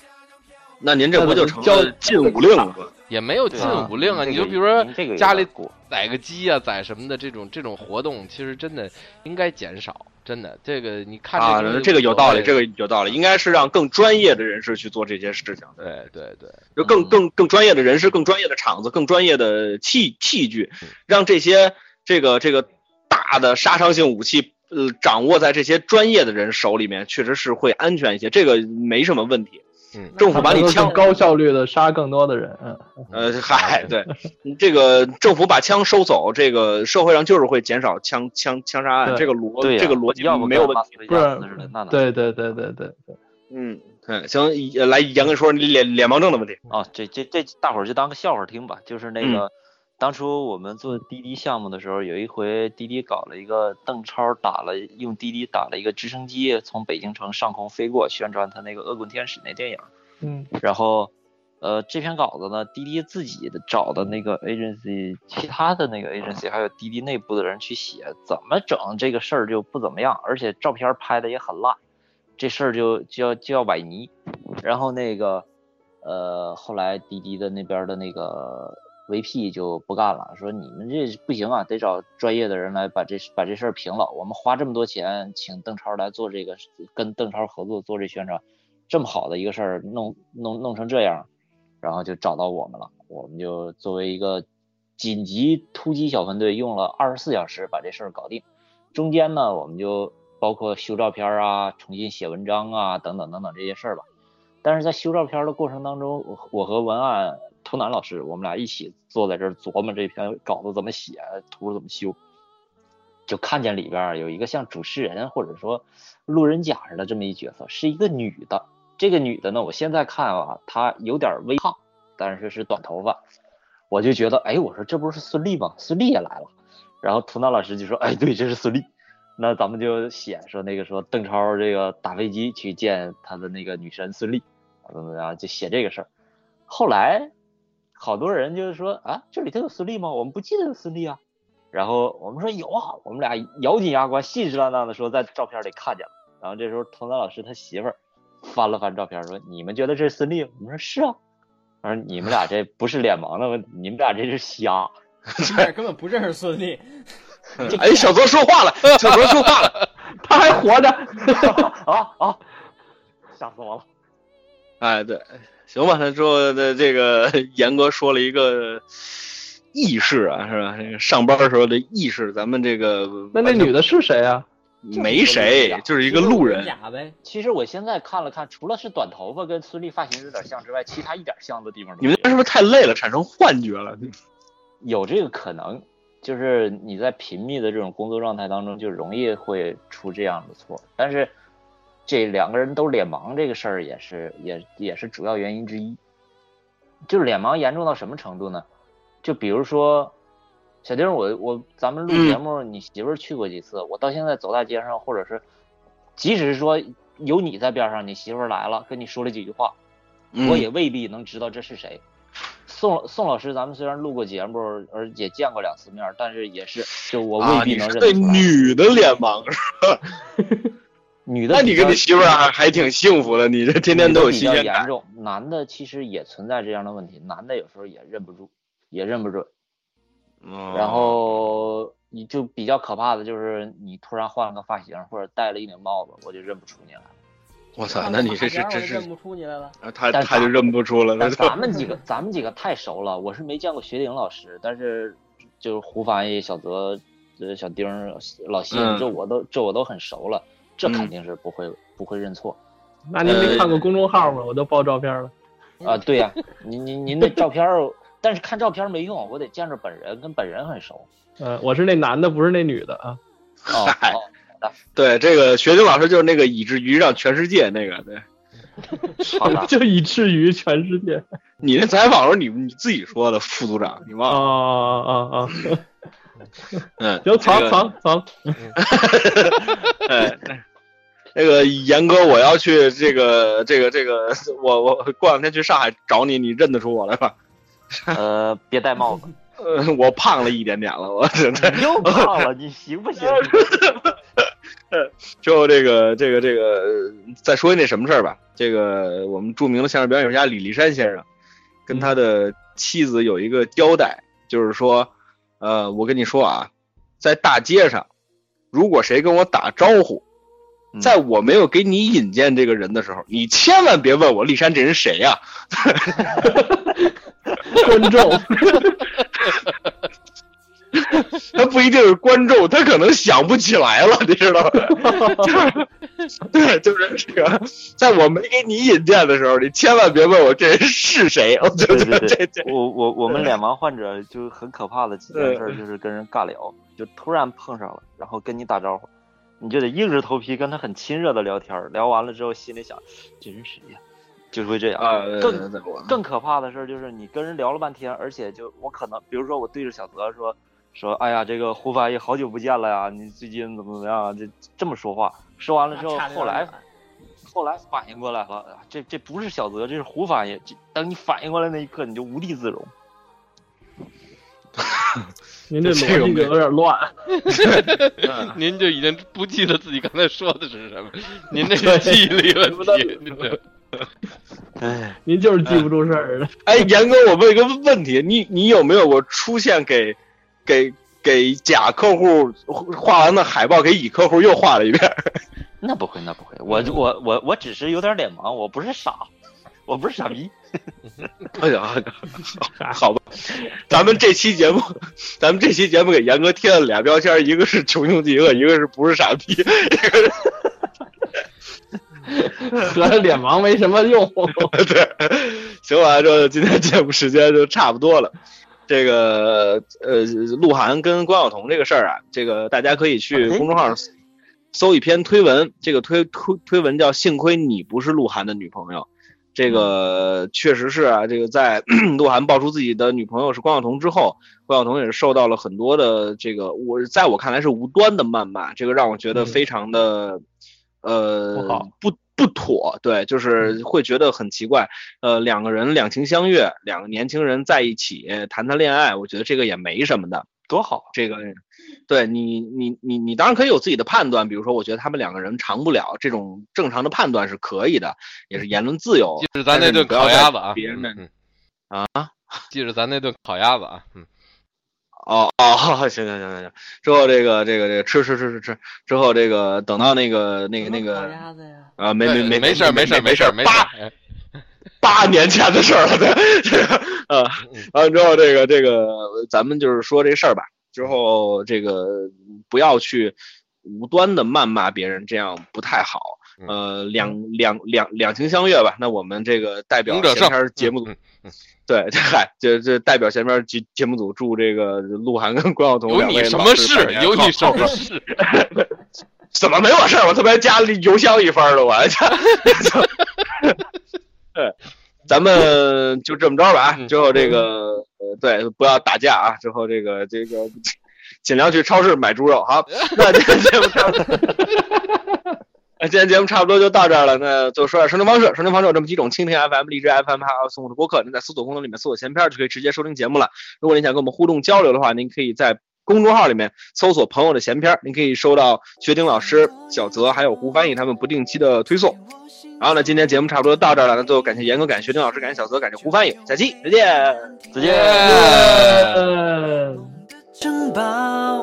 那您这不就成那怎了禁武令了？也没有禁武令啊。对你这就个比如说嗯您这个有家点里过宰个鸡啊、宰什么的这种这种活动，其实真的应该减少。真的，这个你看啊个，这个有道理，这个个有道理，应该是让更专业的人士去做这些事情。对，对对对，就更嗯更更专业的人士、更专业的场子、更专业的器器具，让这些这个这个大的杀伤性武器，呃，掌握在这些专业的人手里面，确实是会安全一些，这个没什么问题。嗯政府把你更枪，高效率的杀更多的人。嗯，呃， 嗨，对，这个政府把枪收走，这个社会上就是会减少枪枪枪杀案，对这个逻对呀啊这个逻辑要不没有问跟题。马斯克一样似的那哪对对对对对对，嗯，嗯，行，呃来严哥说你脸脸盲症的 问题。啊，这这这大伙儿就当个笑话听吧。就是那个、当初我们做滴滴项目的时候，有一回滴滴搞了一个邓超打了用滴滴打了一个直升机从北京城上空飞过，宣传他那个《恶棍天使》那电影。嗯，然后，呃，这篇稿子呢，滴滴自己的找的那个 agency，其他的那个 agency，还有滴滴内部的人去写，怎么整这个事儿就不怎么样，而且照片拍的也很烂，这事儿就就要就要崴泥。然后那个，呃，后来滴滴的那边的那个 VP 就不干了，说你们这不行啊，得找专业的人来把这把这事儿平了。我们花这么多钱请邓超来做这个，跟邓超合作做这宣传，这么好的一个事儿弄弄弄成这样，然后就找到我们了。我们就作为一个紧急突击小分队，用了二十四小时把这事儿搞定。中间呢，我们就包括修照片啊、重新写文章啊等等等等这些事儿吧。但是在修照片的过程当中，我我和文案涂楠老师，我们俩一起坐在这儿琢磨这篇稿子怎么写，图怎么修，就看见里边儿有一个像主持人或者说路人甲似的这么一角色，是一个女的。这个女的呢，我现在看啊，她有点微胖，但是是短头发，我就觉得，哎，我说这不是孙俪吗？孙俪也来了。然后涂楠老师就说，哎，对，这是孙俪。那咱们就写说那个说邓超这个打飞机去见他的那个女神孙俪，怎么怎么样，就写这个事儿。后来好多人就是说啊，这里头有孙俪吗？我们不记得有孙俪啊。然后我们说有啊，我们俩咬紧牙关，信誓旦旦的说在照片里看见了。然后这时候童楠老师他媳妇儿翻了翻照片，说你们觉得这是孙俪吗？我们说是啊。他说你们俩这不是脸盲的问题，你们俩这是瞎。 这边根本不认识孙俪，哎，小泽说话了，小泽说话了。他还活着。啊啊！吓死我了！哎，对，行吧，他说的这个 严哥说了一个意识啊，是吧？这个上班的时候的意识，咱们这个那那女的是谁啊？没谁，就是一个路人。假呗。其实我现在看了看，除了是短头发跟孙俪发型有点像之外，其他一点像的地方都你没们有。是不是太累了，产生幻觉了？有这个可能，就是你在频密的这种工作状态当中，就容易会出这样的错。但是这两个人都脸盲这个事儿也是也也是主要原因之一。就是脸盲严重到什么程度呢？就比如说，小丁儿，我我咱嗯们录节目，你媳妇儿去过几次？我到现在走大街上，或者是，即使是说有你在边上，你媳妇儿来了跟你说了几句话，嗯我也未必能知道这是谁。宋宋老师，咱们虽然录过节目，而且见过两次面，但是也是就我啊未必你能是认对得出来。女的脸盲，女的那比你跟较你媳妇儿还还挺幸福的，你这天天女都的有比新较鲜严感。重，男的其实也存在这样的问题，男的有时候也认不住，也认不准。然然后你就比较可怕的就是你突然换了个发型或者戴了一顶帽子，我就认不出你来。我操，啊那你这是看我真就是认不出你来了。啊他但他就咱认不出了，但他咱们几个，咱们几个太熟了，我是没见过学鼎老师，但是就是胡翻译、小泽、呃小丁儿、老辛，嗯这我都这我都很熟了，这嗯肯定是不会、不会认错那您没看过公众号吗？我都爆照片了。啊、对呀、您您您的照片儿，但是看照片儿没用，我得见着本人，跟本人很熟。嗯、我是那男的，不是那女的啊。，哦，嗨哦对这个学晶老师就是那个以至于让全世界那个，对好 的就以至于全世界。你那采访时候你你自己说的，副组长你啊哦忘了？啊啊！嗯，行，这藏个藏藏。哎，那个严哥，我要去这个这个这个，我我过两天去上海找你，你认得出我来吧？呃，别戴 帽子，呃，我胖了一点点了，我真的你又胖了，你行 不行？就这个这个这个，呃再说一那什么事儿吧。这个我们著名的相声表演艺术家李立山先生，跟他的妻子有一个交代，就是说，呃，我跟你说啊，在大街上，如果谁跟我打招呼，嗯在我没有给你引荐这个人的时候，你千万别问我立山这人谁呀、观众，他不一定是观众，他可能想不起来了，你知道吗？对，就是这个，在我没给你引荐的时候，你千万别问我这人是谁，我觉对得对这对这，我我我们脸盲患者就很可怕的几件事儿，就是跟人尬聊，就突然碰上了，然后跟你打招呼，你就得硬着头皮跟他很亲热的聊天儿，聊完了之后心里想，这人谁呀？就会这样。啊，更对对我更可怕的事儿就是你跟人聊了半天，而且就我可能，比如说我对着小泽说说，哎呀，这个胡翻译好久不见了呀，你最近怎么怎么样啊？这这么说话，说完了之后，差得有后来点远后来反应过来了，啊这这不是小泽，这是胡翻译。这等你反应过来那一刻，你就无地自容。您这逻辑就有点乱。嗯 您就已经不记得自己刚才说的是什么，您这是记忆力问题。您 这哎，您就是记不住事 儿了。 哎，严哥，我问一个问题，你你有没有过出现给给给甲客户画完的海报给乙客户又画了一遍？那不会，那不会，我就我我我只是有点脸盲，我不是傻，我不是傻逼。 哎呀， 好吧，咱们这期节目，咱们这期节目给严哥贴了俩标签，一个是穷凶极恶，一个是不是傻逼。合着脸盲没什么用。 对，行完了之后，今天节目时间就差不多了。这个呃，鹿晗跟关晓彤这个事儿啊，这个大家可以去公众号上搜一篇推文，这个推推推文叫“幸亏你不是鹿晗的女朋友”。这个确实是啊，这个在 鹿晗爆出自己的女朋友是关晓彤之后，关晓彤也是受到了很多的这个，我在我看来是无端的谩骂，这个让我觉得非常的、不呃好不不妥，对，嗯就是会觉得很奇怪。呃，两个人两情相悦，两个年轻人在一起谈谈恋爱，我觉得这个也没什么的。多好啊，这个，对你，你，你，你当然可以有自己的判断，比如说，我觉得他们两个人长不了，这种正常的判断是可以的，也是言论自由。记着咱那顿烤鸭子啊，别人的嗯啊， 记着咱那顿烤鸭子啊，嗯， 哦哦，行行行行行，之后这个这个这个吃吃吃吃吃，之后这个等到那个那个那什么烤个鸭子呀，啊，没没呃没没事儿没事儿没事儿没事八儿，哎八年前的事儿了，对，这个呃，完嗯了之后这个这个，咱们就是说这事儿吧，之后这个嗯不要去无端的谩骂别人，这样不太好。嗯呃，两两两两情相悦吧。那我们这个代表勇者闲胜篇儿节目组嗯，对，这嗨，这这代表闲篇儿节节目组祝这个鹿晗跟关晓彤有两位你什老么师百事？年有好你什么事？怎么没我事儿？我他妈加了邮箱一番儿了，我还加。对，咱们就这么着吧啊！嗯之后这个呃，对，不要打架啊！之后这个这个， 尽量去超市买猪肉。好，那今天节目差不多。那今天节目差不多就到这儿了，那就说点收听方式。收听方式有这么几种：蜻蜓 FM、荔枝 FM 还有送我的播客。您在搜索功能里面搜索“闲篇”就可以直接收听节目了。如果您想跟我们互动交流的话，您可以在公众号里面搜索“朋友的闲篇”，您可以收到学丁老师、小泽还有胡翻译他们不定期的推送。然后呢，今天节目差不多到这儿了，那最后感谢严哥，感谢学丁老师，感谢小泽，感谢胡翻译，下期再见。再见。城堡，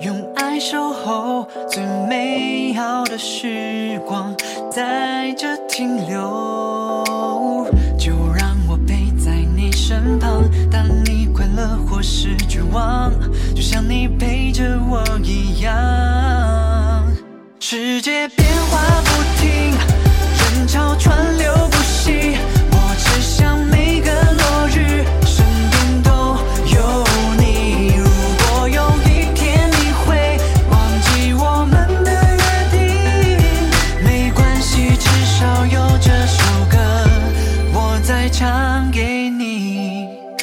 用爱守候最美好的时光，在这停留。就让我陪在你身旁，当你快乐或是绝望，就像你陪着我一样。世界变。